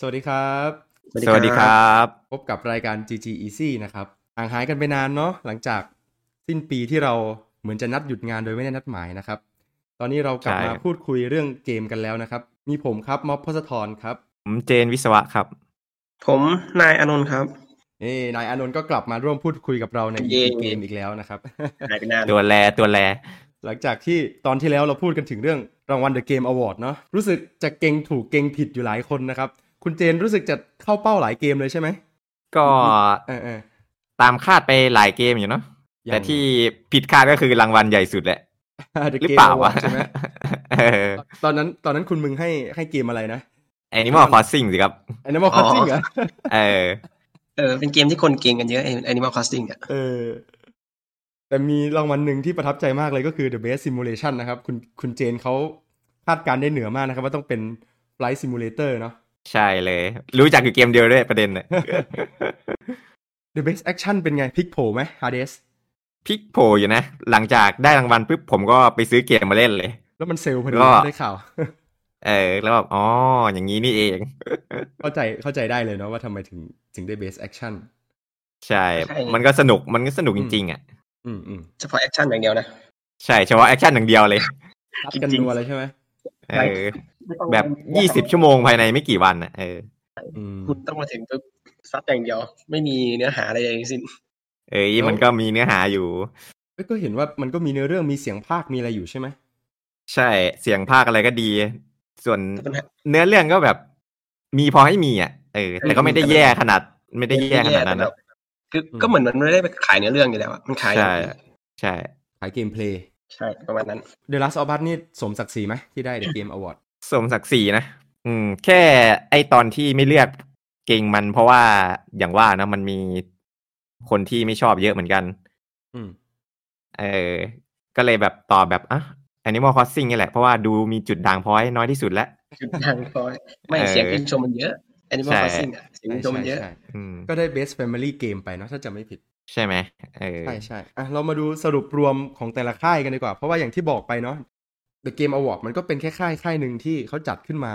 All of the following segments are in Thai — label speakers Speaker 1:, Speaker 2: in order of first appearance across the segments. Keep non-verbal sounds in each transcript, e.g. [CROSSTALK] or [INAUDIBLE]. Speaker 1: สวัสดีครับ
Speaker 2: สวัสดีครับ
Speaker 1: พบกับรายการ GG Easy นะครับห่างหายกันไปนานเนาะหลังจากสิ้นปีที่เราเหมือนจะนัดหยุดงานโดยไม่ได้นัดหมายนะครับ ตอนนี้เรากลับ
Speaker 2: ใช่
Speaker 1: มาพูดคุยเรื่องเกมกันแล้วนะครับ มีผมครับม็อบพศธรครับ
Speaker 2: ผมเจนวิศวะครับ
Speaker 3: ผมนายอานนท์ครับ
Speaker 1: เอ้ยนายอานนท์ก็กลับมาร่วมพูดคุยกับเราใน
Speaker 3: เย้
Speaker 1: EP เกมอีกแล้วนะครับ [LAUGHS]
Speaker 3: หายไปนาน
Speaker 2: ตัวแลตัวแล
Speaker 1: หลังจากที่ตอนที่แล้วเราพูดกันถึงเรื่องรางวัล The Game Award เนาะรู้สึกจะเก่งถูกเก่งผิดอยู่หลายคนนะครับ คุณเจนรู้สึกจะเข้าเป้าหลายเกมเลยใช่ไหม
Speaker 2: ก็
Speaker 1: เออเออ
Speaker 2: ตามคาดไปหลายเกมอยู่เนาะ
Speaker 1: อย่าง
Speaker 2: แต่ที่ผิดคาดก็คือรางวัลใหญ่สุดแหละ
Speaker 1: The
Speaker 2: หรือ
Speaker 1: Game
Speaker 2: เปล่า
Speaker 1: Award
Speaker 2: วะ
Speaker 1: ใช่ไหม
Speaker 2: เออ
Speaker 1: ตอนนั้นตอนนั้นคุณมึงให้ให้เกมอะไรนะ
Speaker 2: Animal Crossing สิครับ
Speaker 1: อันนั้นมาคอสซิ่งเหรอ
Speaker 2: เออ
Speaker 3: เออเป็นเกมที่คนเก่งกันเยอะไอ้ Animal Crossing อ่ะ
Speaker 1: เออ แต่มีรางวัลหนึ่งที่ประทับใจมากเลยก็คือ The Best Simulation นะครับ คุณคุณเจนเขาคาดการณ์ได้เหนือมากนะครับ ว่าต้องเป็น Flight Simulator เนาะ
Speaker 2: ใช่เลย รู้จักอยู่เกมเดียวด้วยประเด็นน่ะ
Speaker 1: The Best Action เป็นไงพลิกโผล่ไหม Hades
Speaker 2: พลิกโผล่อยู่นะ หลังจากได้รางวัลปุ๊บผมก็ไปซื้อเกมมาเล่นเลย
Speaker 1: แล้วมันเซลล์พอดี
Speaker 2: ก็
Speaker 1: ได้ข่าว [LAUGHS]
Speaker 2: เออ แล้วแบบอ๋ออย่างนี้นี่เอง
Speaker 1: เข้าใจเข้าใจได้เลยเนาะว่าทำไมถึงถึงได้ Best Action
Speaker 2: ใช่ มันก็สนุกมันก็สนุกจริงๆอ่ะ
Speaker 1: อืมอืม
Speaker 3: เฉพาะแอคชั่นอย่างเดียวนะ
Speaker 2: ใช่เฉพาะแอคชั่นอย่างเดียวเลย
Speaker 1: ซัดกัน
Speaker 3: จริงๆ
Speaker 1: นัวเลยใช่ไหม
Speaker 2: เออ แบบยี่สิบชั่วโมงภายในไม่กี่วันนะเออ
Speaker 1: อืม
Speaker 3: คุณต้องมาถึงปุ๊บซัดอย่างเดียว ไม่มีเนื้อหาอะไรเลยทั้งสิ้น
Speaker 2: เอ้ย
Speaker 1: แล้ว
Speaker 2: มันก็มีเนื้อหาอยู่
Speaker 1: เอ้ยก็เห็นว่ามันก็มีเนื้อเรื่องมีเสียงภาคมีอะไรอยู่ใช่ไหม
Speaker 2: ใช่เสียงภาคอะไรก็ดี ส่วน
Speaker 3: แต่ปัญหา
Speaker 2: เนื้อเรื่องก็แบบ มีพอให้มีอ่ะเออ แต่ก็ไม่ได้แย่ขนาด ไม่ได้แย่ขนาดนั้น
Speaker 3: แย่แต่แบ
Speaker 2: นะ
Speaker 3: บคือก็เหมือนมันไม่ได้ไปขายเนื้อเรื่องอยู่แล้วอะมันขายอย่างอื่น
Speaker 2: ใช่ ใช่
Speaker 1: ขายเกมเพลย์
Speaker 3: ใช่ประมาณนั้น
Speaker 1: The Last of Us นี่สมศักดิ์ศรีไหมที่ได้ The Game Award
Speaker 2: สมศักดิ์ศรีนะอืม แค่ไอตอนที่ไม่เลือกเก่งมัน เพราะว่าอย่างว่านะมันมีคนที่ไม่ชอบเยอะเหมือนกัน
Speaker 1: อืม
Speaker 2: เออ ก็เลยแบบตอบแบบอ่ะ Animal Crossing นี่แหละ เพราะว่าดูมีจุดด่างพร้อยน้อยที่สุดแล้ว
Speaker 3: จุดดังพอยไม่
Speaker 2: เออ
Speaker 3: เสียงชื่นชมมันเยอะ Animal
Speaker 2: ใช่
Speaker 3: Crossing อะเสียง
Speaker 1: ใช่
Speaker 3: ชื่นชม
Speaker 1: ใช่
Speaker 3: มันเยอะ
Speaker 1: ใช่
Speaker 2: อืม
Speaker 1: ก็ได้ Best Family Game ไปเนาะถ้าจะไม่ผิด
Speaker 2: ใช่ไหมเออ
Speaker 1: ใช่ใช่อ่ะเรามาดูสรุปรวมของแต่ละค่ายกันดีกว่า เพราะว่าอย่างที่บอกไปเนาะ The Game Award มันก็เป็นแค่ค่ายค่ายหนึ่งที่เขาจัดขึ้นมา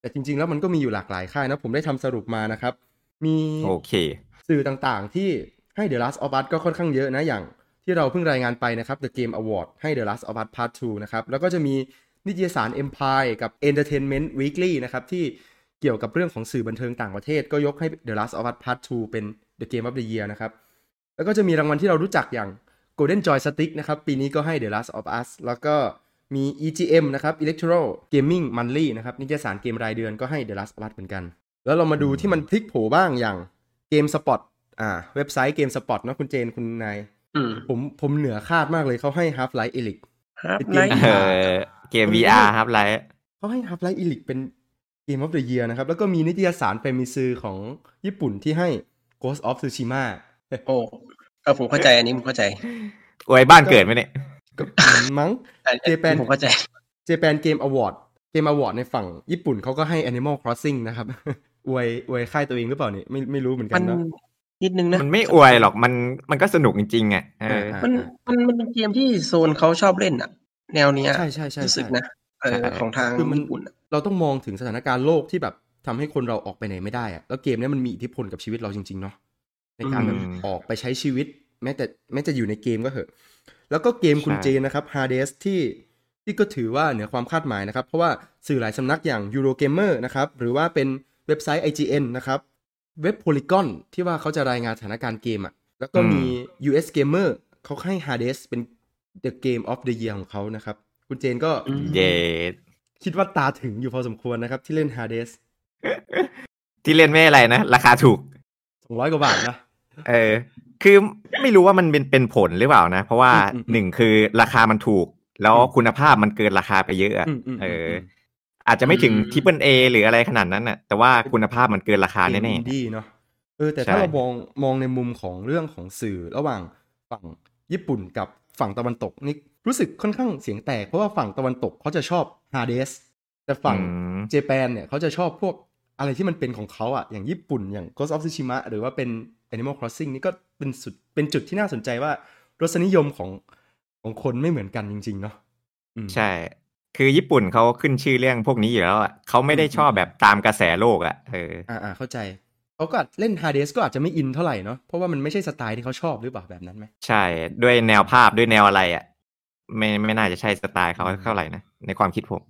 Speaker 1: แต่จริง ๆ แล้วมันก็มีอยู่หลากหลายค่ายนะ ผมได้ทำสรุปมานะครับ มี
Speaker 2: โอเค
Speaker 1: สื่อต่างๆ ที่ให้ The Last of Us ก็ค่อนข้างเยอะนะ อย่างที่เราเพิ่งรายงานไปนะครับ The Game Award ให้ The Last of Us Part 2 นะครับ แล้วก็จะมีนิตยสาร Empire กับ Entertainment Weekly นะครับ ที่เกี่ยวกับเรื่องของสื่อบันเทิงต่างประเทศ ก็ยกให้ The Last of Us Part 2 เป็น The Game of the Year นะครับ แล้วก็จะมีรางวัลที่เรารู้จักอย่าง Golden Joy Stick นะครับ ปีนี้ก็ให้ The Last of Us แล้วก็มี EGM นะครับ Electoral Gaming Monthly นะครับนิตยสารเกมรายเดือนก็ให้ The Last of Us เหมือนกัน แล้วเรามาดูที่มันพลิกโผบ้างอย่างเกมสปอตอ่า เว็บไซต์เกมสปอตเนาะคุณเจนคุณนาย
Speaker 3: อืม
Speaker 1: ผมผมเหนือคาดมากเลยเขาให้ Half Life Elite
Speaker 3: ครับ
Speaker 1: เป็นเก
Speaker 3: ไล
Speaker 1: ม
Speaker 3: ท์
Speaker 2: เออเกม VR ครับไลท์
Speaker 1: เขาให้ Half Life Elite เป็น Game of the Year นะครับ แล้วก็มีนิตยสารเฟมิซือของญี่ปุ่นที่ให้ Ghost of Tsushima
Speaker 3: โอ้เออผมเข้าใจอันนี้ผมเข้าใจ
Speaker 2: อวยบ้านเกิดไหมเนี่ย
Speaker 1: ก็มั้ง
Speaker 3: อันอัน
Speaker 1: Japan
Speaker 3: ผมเข้าใจ
Speaker 1: Japan Game Award เกม Award ในฝั่งญี่ปุ่นเขาก็ให้ Animal Crossing นะครับ [LAUGHS] อวยอวยค่ายตัวเองหรือเปล่าเนี่ยไม่ไม่รู้เหมือนกั
Speaker 3: มัน น
Speaker 1: เนาะ
Speaker 3: นิดนึงนะ
Speaker 2: มันไม่อวยหรอก มันมันก็สนุกจริงๆอ่ะเออ
Speaker 1: อ่า
Speaker 3: มันมันมันเป็นเกมที่โซนเขาชอบเล่นอะแนวเนี้ย
Speaker 1: ใช่ใช่ใช่
Speaker 3: รู้สึก
Speaker 1: ใช่
Speaker 3: นะเออ
Speaker 2: ใช่
Speaker 3: ของทาง
Speaker 1: คือมัน
Speaker 3: ญี่ปุ่นอะ
Speaker 1: เราต้องมองถึงสถานการณ์โลกที่แบบทำให้คนเราออกไปไหนไม่ได้อะแล้วเกมเนี้ยมันมีอิทธิพลกับชีวิตเราจริง ๆ เนาะในการแบบ
Speaker 2: อืม
Speaker 1: ออกไปใช้ชีวิต แม้แต่แม้จะอยู่ในเกมก็เหอะ แล้วก็เกมคุณเจนนะครับ Hades ที่ที่ก็ถือว่าเหนือความคาดหมายนะครับ เพราะว่าสื่อหลายสำนักอย่าง Eurogamer นะครับ หรือว่าเป็นเว็บไซต์ IGN นะครับ เว็บ Polygon ที่ว่าเขาจะรายงานสถานการณ์เกมอ่ะ แล้วก็มี US Gamer เขาให้ Hades เป็น The Game of the Year ของเขานะครับ คุณเจนก็
Speaker 2: เย
Speaker 1: คิดว่าตาถึงอยู่พอสมควรนะครับ ที่เล่น Hades
Speaker 2: ที่เล่นไม่อะไรนะ ราคาถูก
Speaker 1: 200 กว่าบาทนะ
Speaker 2: เออ คือไม่รู้ว่ามันเป็นเป็นผลหรือเปล่านะ เพราะว่า
Speaker 1: อืมอืม
Speaker 2: หนึ่งคือราคามันถูก แล้วคุณภาพมันเกินราคาไปเยอะอะ
Speaker 1: อืมอืมอืม
Speaker 2: เออ อาจจะไม่ถึงทริปเปิลเอหรืออะไรขนาดนั้นน่ะ แต่ว่าคุณภาพมันเกินราคา
Speaker 1: เกม
Speaker 2: แน่
Speaker 1: อินดี้เนาะเออแต่ถ้า
Speaker 2: ใช่
Speaker 1: เรามองมองในมุมของเรื่องของสื่อระหว่างฝั่งญี่ปุ่นกับฝั่งตะวันตกนี่รู้สึกค่อนข้างเสียงแตก เพราะว่าฝั่งตะวันตกเขาจะชอบ Hades แต่
Speaker 2: ๆ
Speaker 1: ฝั่ง
Speaker 2: อืม
Speaker 1: เจแปนเนี่ยเขาจะชอบพวกอะไรที่มันเป็นของเขาอะอย่างญี่ปุ่นอย่าง Ghost of Tsushima หรือว่าเป็น Animal Crossing นี่ก็เป็นสุดเป็นจุดที่น่าสนใจว่ารสนิยมของของคนไม่เหมือนกันจริง ๆ เนาะอืม
Speaker 2: ใช่ คือญี่ปุ่นเขาขึ้นชื่อเรื่องพวกนี้อยู่แล้วอะเขาไม่ได้ชอบแบบตามกระแสโลกอะเออ
Speaker 1: อ่าอ่าเข้าใจเขาก็อาจเล่นฮาเดสก็อาจจะไม่อินเท่าไหร่เนาะเพราะว่ามันไม่ใช่สไตล์ที่เขาชอบหรือเปล่าแบบนั้นไหม
Speaker 2: ใช่ด้วยแนวภาพด้วยแนวอะไรอะไม่ไม่น่าจะใช่สไตล์เขาเท่าไหร่นะในความคิดผม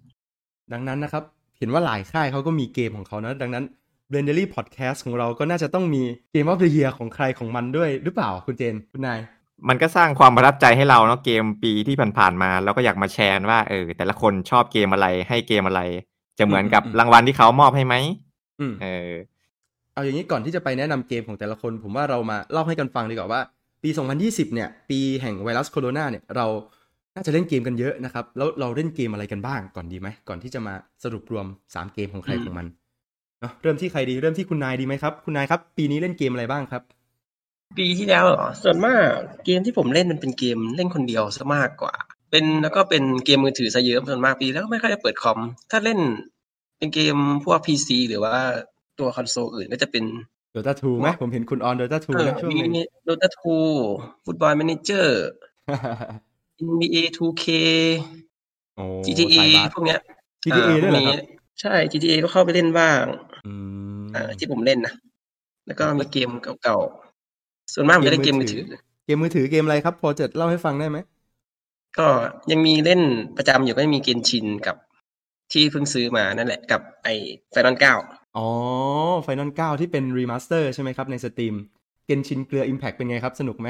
Speaker 1: ดังนั้นนะครับ เห็นว่าหลายค่ายเขาก็มีเกมของเขานะดังนั้น b l e n d e r y Podcast ของเราก็น่าจะต้องมีเกม e of the Year ของใครของมันด้วยหรือเปล่าคุณเจน คุณนาย
Speaker 2: มันก็สร้างความประทับใจให้เราเนาะเกมปีที่ผ่านๆมาเราก็อยากมาแชร์ว่าเออแต่ละคนชอบเกมอะไรให้เกมอะไร จะเหมือนกับ
Speaker 1: อืมอืม
Speaker 2: รางวัลที่เขามอบให้ไหม
Speaker 1: อืม
Speaker 2: เออ
Speaker 1: เอาอย่างนี้ก่อนที่จะไปแนะนำเกมของแต่ละคน ผมว่าเรามาเล่าให้กันฟังดีกว่าว่า ปี 2020 เนี่ย ปีแห่งไวรัสโคโรนาเนี่ยเราน่าจะเล่นเกมกันเยอะนะครับ แล้วเราเล่นเกมอะไรกันบ้างก่อนดีไหมก่อนที่จะมาสรุปรวมสามเกมของใครของมันเนาะเริ่มที่ใครดีเริ่มที่คุณนายดีไหมครับคุณนายครับ ปีนี้เล่นเกมอะไรบ้างครับ
Speaker 3: ปีที่แล้วเหรอส่วนมากเกมที่ผมเล่นมันเป็นเกมเล่นคนเดียวซะมากกว่า เป็นแล้วก็เป็นเกมมือถือซะเยอะส่วนมากปีแล้วก็ไม่ค่อยจะเปิดคอม ถ้าเล่นเป็นเกมพวกพีซีหรือว่าตัวคอนโซลอื่นก็จะเป็น
Speaker 1: d o t a 2ไหมผมเห็นคุณออน Dota
Speaker 3: เอ
Speaker 1: 2
Speaker 3: อ
Speaker 1: นะช่วง
Speaker 3: มี
Speaker 1: หนึง
Speaker 3: โดตาทูฟุตบอลแมเนเจอร์ NBA 2K
Speaker 1: โอ้
Speaker 3: GTA
Speaker 1: สายบัส
Speaker 3: พวกเนี้ย
Speaker 1: GTA
Speaker 3: อ่า
Speaker 1: ด้วยเหรอครับ
Speaker 3: พวกนี้ใช่ GTA ก็เข้าไปเล่นบ้าง
Speaker 1: อืม
Speaker 3: อ่าที่ผมเล่นนะแล้วก็มีเกมเก่าๆ ส่วนมากผมจะเล่นเกมมือถือ
Speaker 1: เกมมือถือเกมอะไรครับ พอจะเล่าให้ฟังได้ไหม
Speaker 3: ก็ยังมีเล่นประจำอยู่ก็มีเกมชินกับที่เพิ่งซื้อมานั่นแหละกับไอ้ไฟนอลเก้า
Speaker 1: อ๋อ Final 9 ที่เป็นรีมาสเตอร์ใช่ไหมครับ ในสต e ีมเกนชินเกลือ Impact เป็นไงครับ สนุกไหม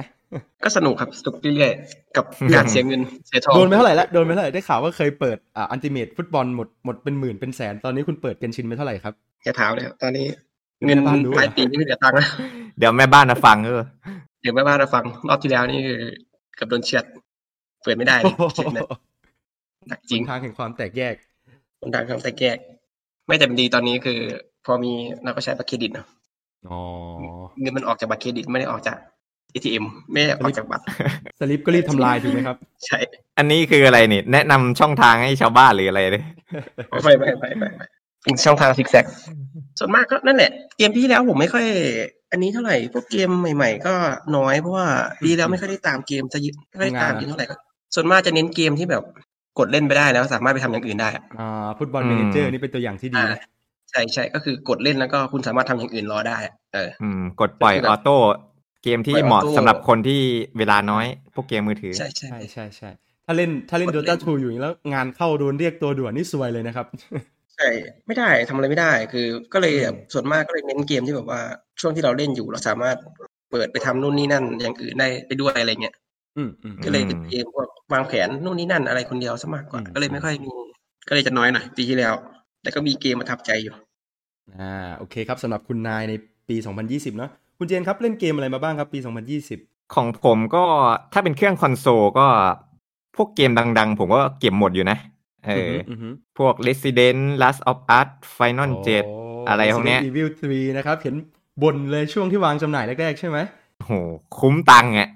Speaker 3: ก็สนุกครับสนุกเรื่อยๆ
Speaker 1: [LAUGHS]
Speaker 3: กับการเสียเงินเสียทอง
Speaker 1: โดนไปเท่าไหร่ละโดนไปเท่าไหร่ได้ข่าวว่าเคยเปิดอ่าอันติเมทฟุตบอลหมดหมดเป็นหมื่นเป็นแสน ตอนนี้คุณเปิดเกนชินไปเท่าไหร่ [LAUGHS] ครับ
Speaker 3: อย่าถามเลยครับตอนนี้เงิน
Speaker 1: แม่บ้านรู้เหรอ
Speaker 3: ปลายปีนี่ไม่เหลือตังค์แล้ว [LAUGHS]
Speaker 2: เดี๋ยวแม่บ้านมาฟังเออ
Speaker 3: เดี๋ยวแม่บ้านมาฟังรอบที่แล้วนี่คือเกับโดนเฉียดเปิดไม่ได้
Speaker 1: [LAUGHS]
Speaker 3: เลยเฉียดหนักหนักจริง
Speaker 1: ทางแห่งความแตกแยก
Speaker 3: คนดังทำแต่แกกไม่แต่เป็นดีตอนนี้คือ พอมีเราก็ใช้บัตรเครดิตเนาะ
Speaker 1: อ๋อ
Speaker 3: เงินมันออกจากบัตรเครดิตไม่ได้ออกจาก ATM ไม่ได้ออกจากบัตร [LAUGHS]
Speaker 1: สลิปก็รีบทำลายถูกไหมครับ
Speaker 3: ใช่
Speaker 2: อันนี้คืออะไรนี่ แนะนำช่องทางให้ชาวบ้านหรืออะไรเลย
Speaker 3: ไปไปไปไปไปเป็นช่องทางซิกแซก ส่วนมากก็นั่นแหละ เกมที่แล้วผมไม่ค่อย อันนี้เท่าไหร่ พวกเกมใหม่ ๆ ก็น้อยเพราะว่า
Speaker 1: อืม
Speaker 3: ดีแล้วไม่ค่อยได้ตามเกมจะเยอะไม่ค่อยได้ตามเกม
Speaker 1: ทำงานอะ
Speaker 3: เท่าไหร่ก็ส่วนมากจะเน้นเกมที่แบบกดเล่นไปได้แล้วสามารถไปทำอย่างอื่นได้อะ
Speaker 1: อ่าฟุตบอลเมนเจอร์นี่เป็นตัวอย่างที่ดีนะ
Speaker 3: ใช่ใช่ก็คือกดเล่นแล้วก็คุณสามารถทำอย่างอื่นรอได้อะเออ
Speaker 2: อืม กดปล่อยออโต้เกมที่
Speaker 3: ปล่อย
Speaker 2: เหมาะ
Speaker 3: ออโต้
Speaker 2: สำหรับคนที่เวลาน้อย พวกเกมมือถือ
Speaker 3: ใช่ใช่
Speaker 1: ใช่ใช่ใช่ถ้าเล่นถ้าเล่น
Speaker 3: กด
Speaker 1: โด
Speaker 3: เล่น
Speaker 1: ตาทูอยู่อย่างนี้แล้วงานเข้าโดนเรียกตัวด่วนนี่ซวยเลยนะครับ
Speaker 3: ใช่ไม่ได้ทำอะไรไม่ได้คือ ก็เลยแบบ
Speaker 1: อืม
Speaker 3: ส่วนมากก็เลยเน้นเกมที่แบบว่าช่วงที่เราเล่นอยู่เราสามารถเปิดไปทำนู่นนี่นั่นอย่างอื่นได้ไปด้วยอะไรเงี้ย
Speaker 1: อืมอืม
Speaker 3: ก็เลยเป็น
Speaker 2: อืม
Speaker 3: เกมพวกวางแผนนู่นนี่นั่นอะไรคนเดียวซะมากกว่า
Speaker 1: อืม
Speaker 3: ก็เลยไม่ค่อยมี ก็เลยจะน้อยหน่อยปีที่แล้ว แต่ก็มีเกมมาทับใจอยู่
Speaker 1: อ่าโอเคครับสำหรับคุณนายในปี 2020 เนาะคุณเจนครับเล่นเกมอะไรมาบ้างครับปี 2020
Speaker 2: ของผมก็ถ้าเป็นเครื่องคอนโซลก็พวกเกมดังๆ ผมก็เก็บหมดอยู่นะเอออ
Speaker 1: อฮึ
Speaker 2: พวก Resident Last of Us Final 7 อะไรพวกเนี้ย
Speaker 1: โ Resident Evil 3 นะครับ เห็นบนเลยช่วงที่วางจำหน่ายแรกๆ ใช่ไหม
Speaker 2: โหคุ้มตังค์อ่ะ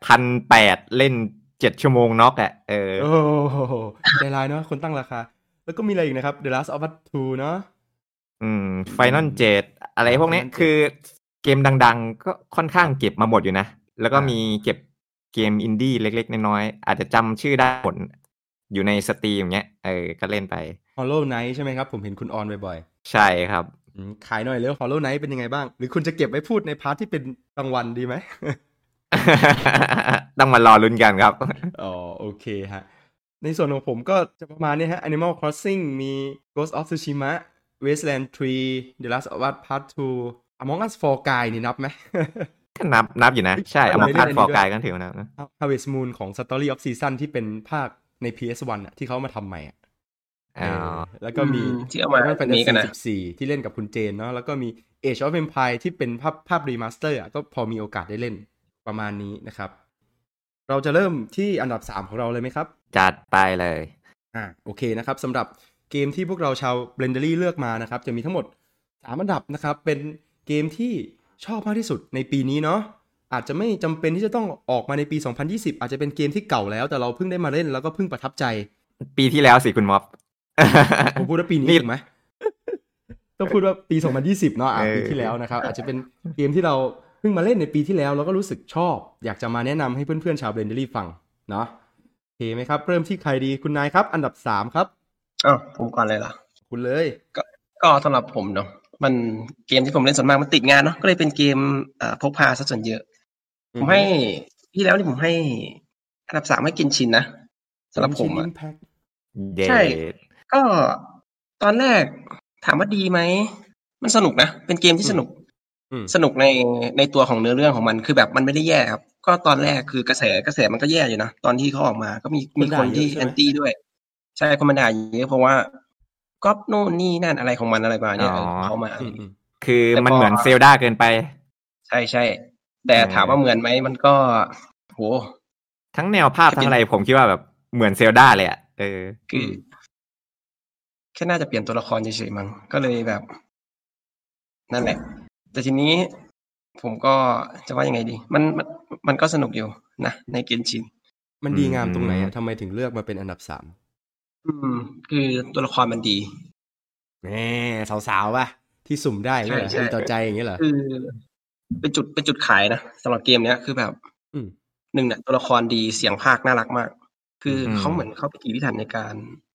Speaker 2: [LAUGHS] พันแปดเล่นเจ็ดชั่วโมงน็อกอ่ะเออ
Speaker 1: โอ้โหใจร้ายเนาะคนตั้งราคา แล้วก็มีอะไรอีกนะครับ The Last of Us 2 เนาะ
Speaker 2: อืมไฟนอลเจ็ดอะไรพวกเนี้ย
Speaker 1: Final 7
Speaker 2: คือเกมดังๆ ก็ค่อนข้างเก็บมาหมดอยู่นะ แล้วก็
Speaker 1: อ่ามี
Speaker 2: มีเก็บเกมอินดี้เล็กๆ น้อยๆ อาจจะจำชื่อได้หมดอยู่ในสตรีมอย่างเงี้ยเออก็เล่นไป
Speaker 1: Hollow Knight ใช่ไหมครับ ผมเห็นคุณออนบ่อยๆ
Speaker 2: ใช่ครับ [LAUGHS]
Speaker 1: อืมขายหน่อยเร็ว Hollow Knight เป็นยังไงบ้าง หรือคุณจะเก็บไว้พูดในพาร์ทที่เป็นรางวัลดีไหม [LAUGHS]
Speaker 2: ต้องมารอลุ้นกันครับ [LAUGHS]
Speaker 1: อ๋อ โอเคฮะ ในส่วนของผมก็จะประมาณนี้ฮะ Animal Crossing มี Ghost of Tsushima Wasteland 3 The Last of Us Part 2 Among Us 4 g u y นี่นับไหม [LAUGHS]
Speaker 2: ก็นับนับอยู่นะ ใช่เอามา
Speaker 1: เล่น
Speaker 2: พาด
Speaker 1: อันนี้
Speaker 2: ฟอ
Speaker 1: ด้ว
Speaker 2: ร์
Speaker 1: ย
Speaker 2: กายกันถือว่านับนะ
Speaker 1: Harvest Moon ของ Story of Season ที่เป็นภาคใน PS1 อะที่เขามาทำใหม่อะเอ
Speaker 2: อ่า
Speaker 1: อแล้วก็มี
Speaker 3: อืมที่เอามา
Speaker 1: Final
Speaker 3: มีกันนะ
Speaker 1: Fantasy 14 ที่เล่นกับคุณเจนเนาะแล้วก็มี Age of Empire ที่เป็นภาพภาพรีมาสเตอร์อ่ะก็พอมีโอกาสได้เล่นประมาณนี้นะครับ เราจะเริ่มที่อันดับ 3 ของเราเลยไหมครับ
Speaker 2: จัดไปเลย
Speaker 1: อ่าโอเคนะครับสำหรับเกมที่พวกเราชาว b l e n d e r y เลือกมานะครับ จะมีทั้งหมด 3 อันดับนะครับ เป็นเกมที่ชอบมากที่สุดในปีนี้เนาะอาจจะไม่จำเป็นที่จะต้องออกมาในปี 2020 อาจจะเป็นเกมที่เก่าแล้ว แต่เราเพิ่งได้มาเล่นแล้วก็เพิ่งประทับใจ
Speaker 2: ปีที่แล้วสิคุณม็อบ [LAUGHS]
Speaker 1: ผมพูดว่าปีนี้
Speaker 2: นี่
Speaker 1: ถูกไหม [LAUGHS] ต้องพูดว่าปี 2020 เนาะอ่ะ
Speaker 2: เออ
Speaker 1: ปีที่แล้วนะครับ อาจจะเป็นเกมที่เราเพิ่งมาเล่นในปีที่แล้ว แล้วก็รู้สึกชอบ อยากจะมาแนะนำให้เพื่อนๆชาวเบรนเดอรี่ฟังเนาะ เคไหมครับ เริ่มที่ใครดีคุณนายครับ อันดับสามครับ
Speaker 3: อ้าวผมก่อนเลยเหรอ
Speaker 1: คุณเลย
Speaker 3: ก็สำหรับผมเนาะมันเกมที่ผมเล่นส่วนมากมันติดงานเนาะก็เลยเป็นเกมอ่าพกพาซะส่วนเยอะ ผมให้ที่แล้วนี่ผมให้อันดับสามให้กินชินนะสำหรับผม
Speaker 1: ชิน
Speaker 3: อะ
Speaker 1: Impact
Speaker 2: เด็
Speaker 3: ใช่
Speaker 2: ด
Speaker 3: ก็ตอนแรกถามว่าดีไหม มันสนุกนะ เป็นเกมที่สนุก
Speaker 1: อืม
Speaker 3: สนุกในในตัวของเนื้อเรื่องของมันคือแบบมันไม่ได้แย่ครับ ก็ตอนแรกคือกระแสกระแสมันก็แย่อยู่นะ ตอนที่เขาออกมาก็มีมีคนที่
Speaker 1: คนด่าเยอะใช่ไหม
Speaker 3: แอนตี้ด้วย ใช่คนมาด่าเยอะเพราะว่าก๊อปนู่นนี่นั่นอะไรของมันอะไรประมาณเนี้ยเออเขามา
Speaker 1: อืมอืม
Speaker 2: คือ
Speaker 3: แต่พอ
Speaker 2: มันเหมือนเซลดาเกินไป
Speaker 3: ใช่ใช่แต่
Speaker 2: อืม
Speaker 3: ถามว่าเหมือนไหมมันก็โห
Speaker 2: ทั้งแนวภาพ
Speaker 3: คือ
Speaker 2: ทั้งอะไรผมคิดว่าแบบเหมือนเซลดาเลยอ่ะเออ
Speaker 3: คืออแค่น่าจะเปลี่ยนตัวละครเฉยๆมั้งก็เลยแบบ นั่นแหละ แต่ทีนี้ผมก็จะว่ายังไงดี มันมันมันก็สนุกอยู่นะในเกมชิน
Speaker 1: มันดีงามตรงไหนอะทำไมถึงเลือกมาเป็นอันดับสาม
Speaker 3: อืม คือตัวละครมันดี
Speaker 1: แหมสาวๆป่ะที่สุ่มได้อย่างเงี้ยเหรอ
Speaker 3: ใช่ใช่
Speaker 1: มีต่อใจอย่างเงี้ยเหรอ
Speaker 3: คือเป็นจุดเป็นจุดขายนะสำหรับเกมเนี้ยคือแบบ
Speaker 1: อืม
Speaker 3: หนึ่งเนี่ยตัวละครดีเสียงภาคน่ารักมาก คืออ
Speaker 2: ม
Speaker 3: เขาเหมือนเขาพิถีพิถันในการ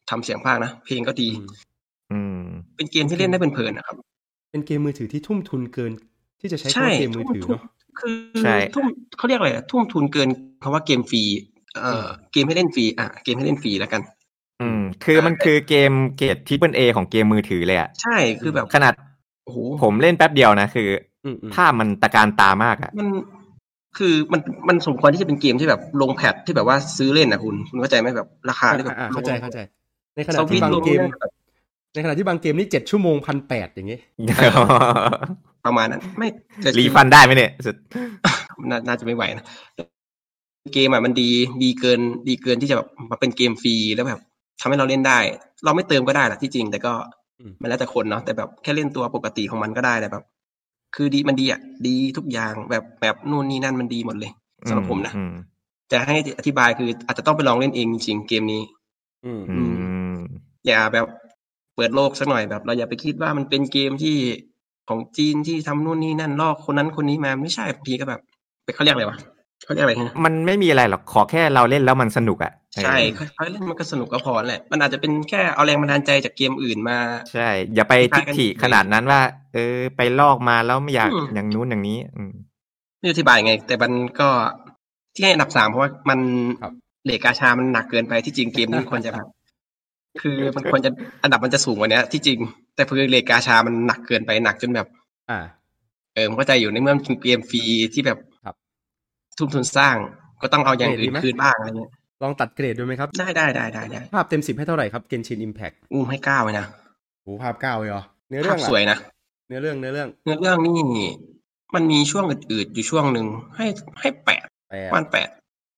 Speaker 3: ทำเสียงภาคนะเพลงก็ดี
Speaker 1: อืม
Speaker 2: อืม
Speaker 3: เป็นเกมที่เล่นได้เพลินๆนะครับ
Speaker 1: เป็นเกมมือถือที่ทุ่มทุนเกิน ที่จะใช้คำ
Speaker 3: ใช่
Speaker 1: ว่าเกมมือถือเนาะ
Speaker 3: คือ
Speaker 2: ใช่
Speaker 3: ทุ่มเขาเรียกอะไรอะทุ่มทุนเกินคำว่าเกมฟรีเอ่ออเกมให้เล่นฟรีอ่ะเกมให้เล่นฟรีแล้วกัน
Speaker 2: อืม คือมันคือเกมเกรดทริปเปิลเอของเกมมือถือเลยอ่ะ
Speaker 3: ใช่คือแบบ
Speaker 2: ขนาด
Speaker 3: โอ้โห
Speaker 2: ผมเล่นแป๊บเดียวนะ คือ
Speaker 1: อืมอืม
Speaker 2: ภาพมันตะการตามาก
Speaker 3: [LAUGHS]
Speaker 2: อ่ะ
Speaker 3: มันคือมันมันสมควรที่จะเป็นเกมที่แบบลงแพทที่แบบว่าซื้อเล่นนะคุณคุณเข้าใจไหมแบบราคาที่แบบ
Speaker 1: อ่าๆเข้าใจเข้าใจ ในขณะ
Speaker 3: สวิ
Speaker 1: ที่
Speaker 3: ตช์
Speaker 1: บาง
Speaker 3: ลง
Speaker 1: เกม
Speaker 3: ได้แบบ
Speaker 1: ในขณะที่บางเกมนี่เจ็ดชั่วโมงพันแปดอย่างเงี้ย
Speaker 3: ประมาณนั้นไม่แต่
Speaker 2: รีฟันได้ไหมเนี่ยสุด
Speaker 3: นาน่าจะไม่ไหวนะเกมอ่ะมันดีดีเกินดีเกินที่จะแบบมาเป็นเกมฟรีแล้วแบบทำให้เราเล่นได้ เราไม่เติมก็ได้แหละที่จริง แต่ก็
Speaker 1: อืม
Speaker 3: มันแล้วแต่คนเนาะแต่แบบแค่เล่นตัวปกติของมันก็ได้แต่แบบ คือดีมันดีอ่ะดีทุกอย่างแบบแบบนู่นนี่นั่นมันดีหมดเลยสำหรับผมนะ
Speaker 2: อืม
Speaker 3: แต่ให้อธิบายคืออาจจะต้องไปลองเล่นเองจริงๆเกมนี้
Speaker 1: อืม
Speaker 2: อืม
Speaker 3: อย่าแบบเปิดโลกสักหน่อยแบบ เราอย่าไปคิดว่ามันเป็นเกมที่ของจีนที่ทำนู่นนี่นั่นลอกคนนั้นคนนี้มาไม่ใช่บางทีก็แบบเป็นเขาเรียกอะไรวะเขาเรียกอะไรนะ
Speaker 2: มันไม่มีอะไรหรอกขอแค่เราเล่นแล้วมันสนุกอ่ะ
Speaker 3: ใช่
Speaker 2: เออ
Speaker 3: เขาเล่นมันก็สนุกก็พอแหละ มันอาจจะเป็นแค่เอาแรงบันดาลใจจากเกมอื่นมา
Speaker 2: ใช่ อย่าไปทิฐิขนาดนั้นว่า เออ ไปลอกมาแล้วไม่อยาก
Speaker 3: อืม
Speaker 2: อย่างนู้นอย่างนี้ อืม
Speaker 3: ไม่รู้อธิบายไง แต่มันก็ที่ให้อันดับสามเพราะว่ามัน
Speaker 1: ครับ
Speaker 3: เหล็กกาชามันหนักเกินไปที่จริงเกมนี้มันควรจะแบบ คือมันควรจะอันดับมันจะสูงกว่านี้ที่จริง แต่คือเหล็กกาชามันหนักเกินไปหนักจนแบบ
Speaker 1: อ่า
Speaker 3: เออผมเข้าใจอยู่ในเมื่อมันเป็นเกมฟรีที่แบบ
Speaker 1: ครับ
Speaker 3: ทุ่มทุนสร้างก็ต้องเอาอย่าง
Speaker 1: เกรดดี
Speaker 3: อื่น
Speaker 1: ไหม
Speaker 3: คืนบ้างอะไรเงี้ย
Speaker 1: ลองตัดเกรดดูไหมครับ
Speaker 3: ได้ได้ได้ได้ได้
Speaker 1: ภาพเต็มสิบให้เท่าไหร่ครับเกนชินอิมแพค
Speaker 3: อู้มให้เก้าเลยนะ
Speaker 1: โหภาพเก้าเลยเหรอ เนื้อ
Speaker 3: ภา
Speaker 1: เรื่อ
Speaker 3: พ
Speaker 1: ง
Speaker 3: สวย
Speaker 1: อะ
Speaker 3: นะ
Speaker 1: เนื้อเรื่องเนื้อเรื่อง
Speaker 3: เนื้อเรื่องนี่มันมีช่วงอืดๆอยู่ช่วงหนึ่งให้ให้แปด
Speaker 1: แปด
Speaker 3: ประมาณแปด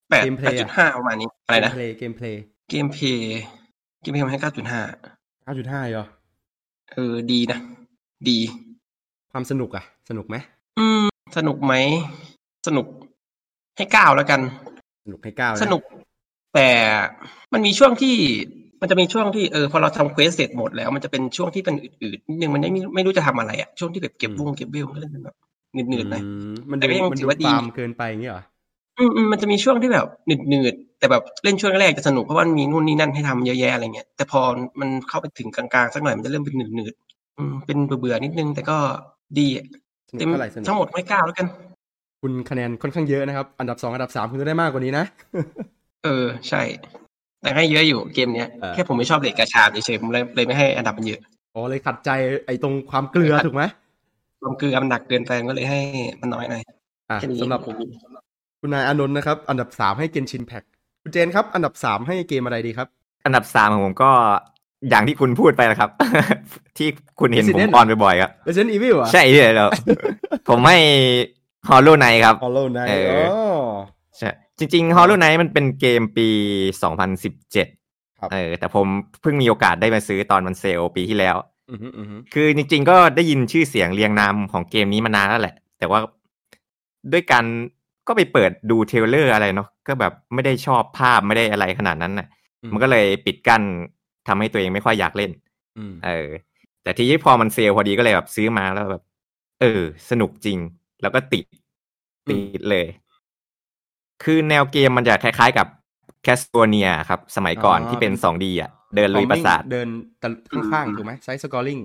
Speaker 3: แปด
Speaker 1: Gameplay
Speaker 3: แปดจุดห้าประมาณนี้อะไรนะ
Speaker 1: เกมเพลย์เกมเพลย์
Speaker 3: เกมเพย์เกมเพย์มันให้เก้าจุดห้า
Speaker 1: เก้าจุดห้าเหรอ
Speaker 3: เออดีนะ ดี
Speaker 1: ความสนุกอะสนุกไหม
Speaker 3: อืม สนุกไหม สนุกให้เก้าแล้วกัน
Speaker 1: สนุกให้เก้าะ
Speaker 3: สนุก แต่มันมีช่วงที่มันจะมีช่วงที่เออพอเราทำเควสเสร็จหมดแล้ว มันจะเป็นช่วงที่เป็นอืดๆนิดนึงมันไม่มีไม่รู้จะทำอะไรอะช่วงที่แบบเก็บวงเก็บเวลก็เลยเป็นแบบหนืดๆหน่อย
Speaker 1: อืมมัน
Speaker 3: แต่
Speaker 1: ดู
Speaker 3: ก็ยัง
Speaker 1: มัน
Speaker 3: ถื
Speaker 1: ดู
Speaker 3: อว่าดี
Speaker 1: ตามเกินไปอย่างเงี้ยเหรอ
Speaker 3: อืมอืมมันจะมีช่วงที่แบบหนืดๆแต่แบบเล่นช่วงแรกจะสนุกเพราะว่ามันมีนู่นนี่นั่นให้ทำเยอะแยะอะไรเงี้ยแต่พอมันเข้าไปถึงกลางๆสักหน่อยมันจะเริ่มเป็นหนืดๆอืมเป็นเบื่อๆนิดนึง แต่ก็ดีอะ
Speaker 1: สนุก
Speaker 3: เต็ม
Speaker 1: เท่าไหร่สนุก
Speaker 3: ทั้งหมดไม่กล้าแล้วกัน
Speaker 1: คุณคะแนนค่อนข้างเยอะนะครับ อันดับสองอันดับสามคุณต้องได้มากกว่านี้นะ
Speaker 3: เออใช่ แต่ให้เยอะอยู่เกมเนี้ย
Speaker 1: เออ
Speaker 3: แค่ผมไม่ชอบเหล็กกระชาบเฉยๆผมเลยเลยไม่ให้อันดับมันเยอะ
Speaker 1: อ๋อเลยขัดใจไอ้ตรงความเกลือถูกไหม
Speaker 3: ลมเกลือมันหนักเกินไปก็เลยให้มันน้อยหน่อย
Speaker 1: อ่ะ
Speaker 3: แค่นี้
Speaker 1: สำหรับ
Speaker 3: ผม
Speaker 1: คุณนายอานนท์นะครับ อันดับสามให้เกนชินแพ็คคุณเจนครับ อันดับสามให้เกมอะไรดีครับ
Speaker 2: อันดับสามของผมก็อย่างที่คุณพูดไปนะครับ [LAUGHS] ที่คุณเห็นผม
Speaker 1: Resident
Speaker 2: ออนบ่อยๆครับ
Speaker 1: Resident Evil อ่ะ
Speaker 2: ใช่เลยแล้ว [LAUGHS] ผมให้ฮอลโลไนครับ
Speaker 1: Hollow Knight
Speaker 2: เอออ๋
Speaker 1: อ
Speaker 2: ใช่จริงๆ Hollow Knight มันเป็นเกมปี 2017
Speaker 1: ครับ
Speaker 2: เออแต่ผมเพิ่งมีโอกาสได้มาซื้อตอนมันเซลปีที่แล้ว
Speaker 1: อือหืออือหือ
Speaker 2: คือจริงๆ ก็ได้ยินชื่อเสียงเรียงนามของเกมนี้มานานแล้วแหละ แต่ว่าด้วยกันก็ไปเปิดดูเทรลเลอร์อะไรเนาะก็แบบไม่ได้ชอบภาพไม่ได้อะไรขนาดนั้นน่ะ
Speaker 1: อื
Speaker 2: มันก็เลยปิดกั้นทำให้ตัวเองไม่ค่อยอยากเล่น
Speaker 1: อืม
Speaker 2: เออ แต่ทีนี้พอมันเซลล์พอดีก็เลยแบบซื้อมาแล้วแบบ เออ สนุกจริง แล้วก็ติดติดเลย คือแนวเกมมันจะคล้ายๆกับ แคสโตเนียครับ สมัยก่อน
Speaker 1: อ๋อ
Speaker 2: ที่เป็น 2D อ่ะ เดินลุยปราสาท
Speaker 1: เดินตะข้างๆถูกไหมไซส์สกอร์ลิง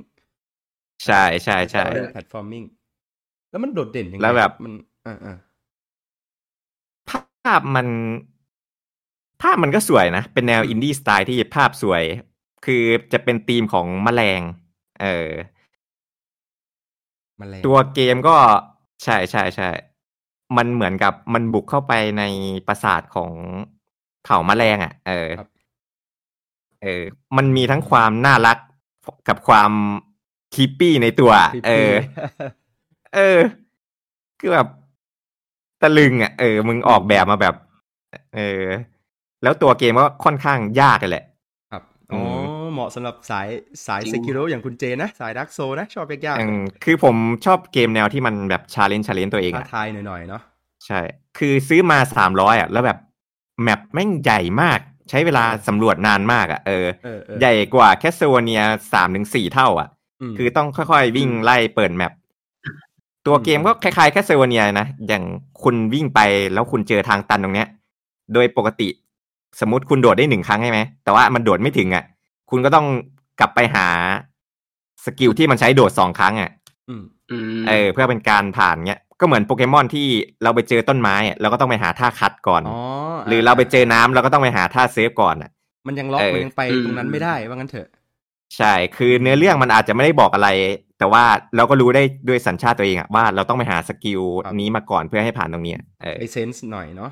Speaker 2: ใช่ใช่ใช่
Speaker 1: แพลตฟอร์มิ่งแล้วมันโดดเด่นยังไง
Speaker 2: แล้วแบบ
Speaker 1: มันอ่าอ่า
Speaker 2: ภาพมัน ภาพมันก็สวยนะ เป็นแนวอินดี้สไตล์ที่ภาพสวย คือจะเป็นธีมของแมลง เออ
Speaker 1: แมลง
Speaker 2: ตัวเกมก็ใช่ใช่ใช่ มันเหมือนกับมันบุกเข้าไปในปราสาทของเผ่าแมลงอ่ะ เออ เออ มันมีทั้งความน่ารักกับความคีปปี้ในตัว
Speaker 1: ที่
Speaker 2: เออ เออ คือแบบตะลึงอ่ะ เออ มึงออกแบบมาแบบ เออ แล้วตัวเกมก็ค่อนข้างยากเลยแหละ
Speaker 1: ครับอ๋ออเหมาะสำหรับสายสาย
Speaker 3: จริง
Speaker 1: เซกิโรอย่างคุณเจนะ สายดักโซนะ ชอบยาก
Speaker 2: อืมคือผมชอบเกมแนวที่มันแบบชาเลนจ์ชาเลนจ์ตัวเอง
Speaker 1: ๆท้า
Speaker 2: อ่ะ
Speaker 1: ทายหน่อยๆเนาะ
Speaker 2: ใช่ คือซื้อมาสามร้อยอ่ะ แล้วแบบแมปแม่งใหญ่มาก ใช้เวลาสำรวจนานมากอ่ะ เออ
Speaker 1: เออเออ
Speaker 2: ใหญ่กว่าแคสโซเนียสามถึงสี่เท่าอ่ะ
Speaker 1: ม
Speaker 2: คือต้องค่อยๆวิ่งไล่เปิดแมปตัวเกมก็คล้ายๆแคสเซเวเนียนะ อย่างคุณวิ่งไปแล้วคุณเจอทางตันตรงเนี้ย โดยปกติสมมติคุณโดดได้หนึ่งครั้งใช่ไหม แต่ว่ามันโดดไม่ถึงอ่ะ คุณก็ต้องกลับไปหาสกิลที่มันใช้โดดสองครั้งอ่ะ
Speaker 1: อืม
Speaker 3: อืม
Speaker 2: เออเพื่อเป็นการผ่านเงี้ย ก็เหมือนโปเกมอนที่เราไปเจอต้นไม้อะเราก็ต้องไปหาท่าคัดก่อน
Speaker 1: อ๋อ
Speaker 2: หรือเราไปเจอน้ำเราก็ต้องไปหาท่าเซฟก่อนอ่ะ
Speaker 1: มันยังล็อก
Speaker 2: เออ
Speaker 1: มันยังไปตรงนั้นไม่ได้ว่างั้นเถอะ
Speaker 2: ใช่ คือเนื้อเรื่องมันอาจจะไม่ได้บอกอะไร แต่ว่าเราก็รู้ได้ด้วยสัญชาติตัวเองอะว่าเราต้องไปหาสกิลนี้มาก่อนเพื่อให้ผ่านตรงเนี้ยเออ
Speaker 1: ไอเซนส์หน่อยเนาะ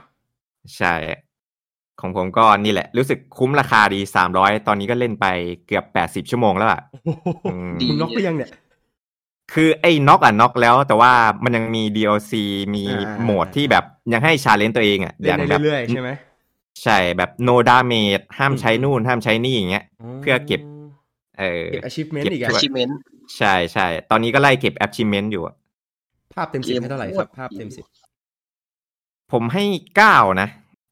Speaker 2: ใช่ ของผมก็นี่แหละ รู้สึกคุ้มราคาดีสามร้อยตอนนี้ก็เล่นไปเกือบแปดสิบชั่วโมงแล้วอะ อืม
Speaker 1: มึงล็อกไปยังเนี่ย
Speaker 2: คือไอ้น็อกอะน็อกแล้วแต่ว่ามันยังมี DLC มี
Speaker 1: อ่า
Speaker 2: โหมดที่แบบยังให้ชาเลนจ์ตัวเองอะอ
Speaker 1: เล่น
Speaker 2: ย่าง
Speaker 1: ได้
Speaker 2: แบบ
Speaker 1: เรื่อยๆใช่ไหม
Speaker 2: ใช่แบบ no damage ห้าม
Speaker 1: อืม
Speaker 2: ใช้นู่น ห้ามใช้นี่อย่างเงี้ย เพื่อเก็บ เออ
Speaker 1: เก็บ achievement
Speaker 2: เก็บ
Speaker 1: อีกอะ
Speaker 3: อาชีพเมน
Speaker 2: ใช่ใช่ตอนนี้ก็ไล่เก็บ achievement อยู่อะ
Speaker 1: ภาพเต็มสิบ
Speaker 3: เกม
Speaker 1: ให้เท่าไหร่
Speaker 3: โคตร
Speaker 1: ครับ ภาพเต็มสิบ
Speaker 2: ผมให้เก้านะ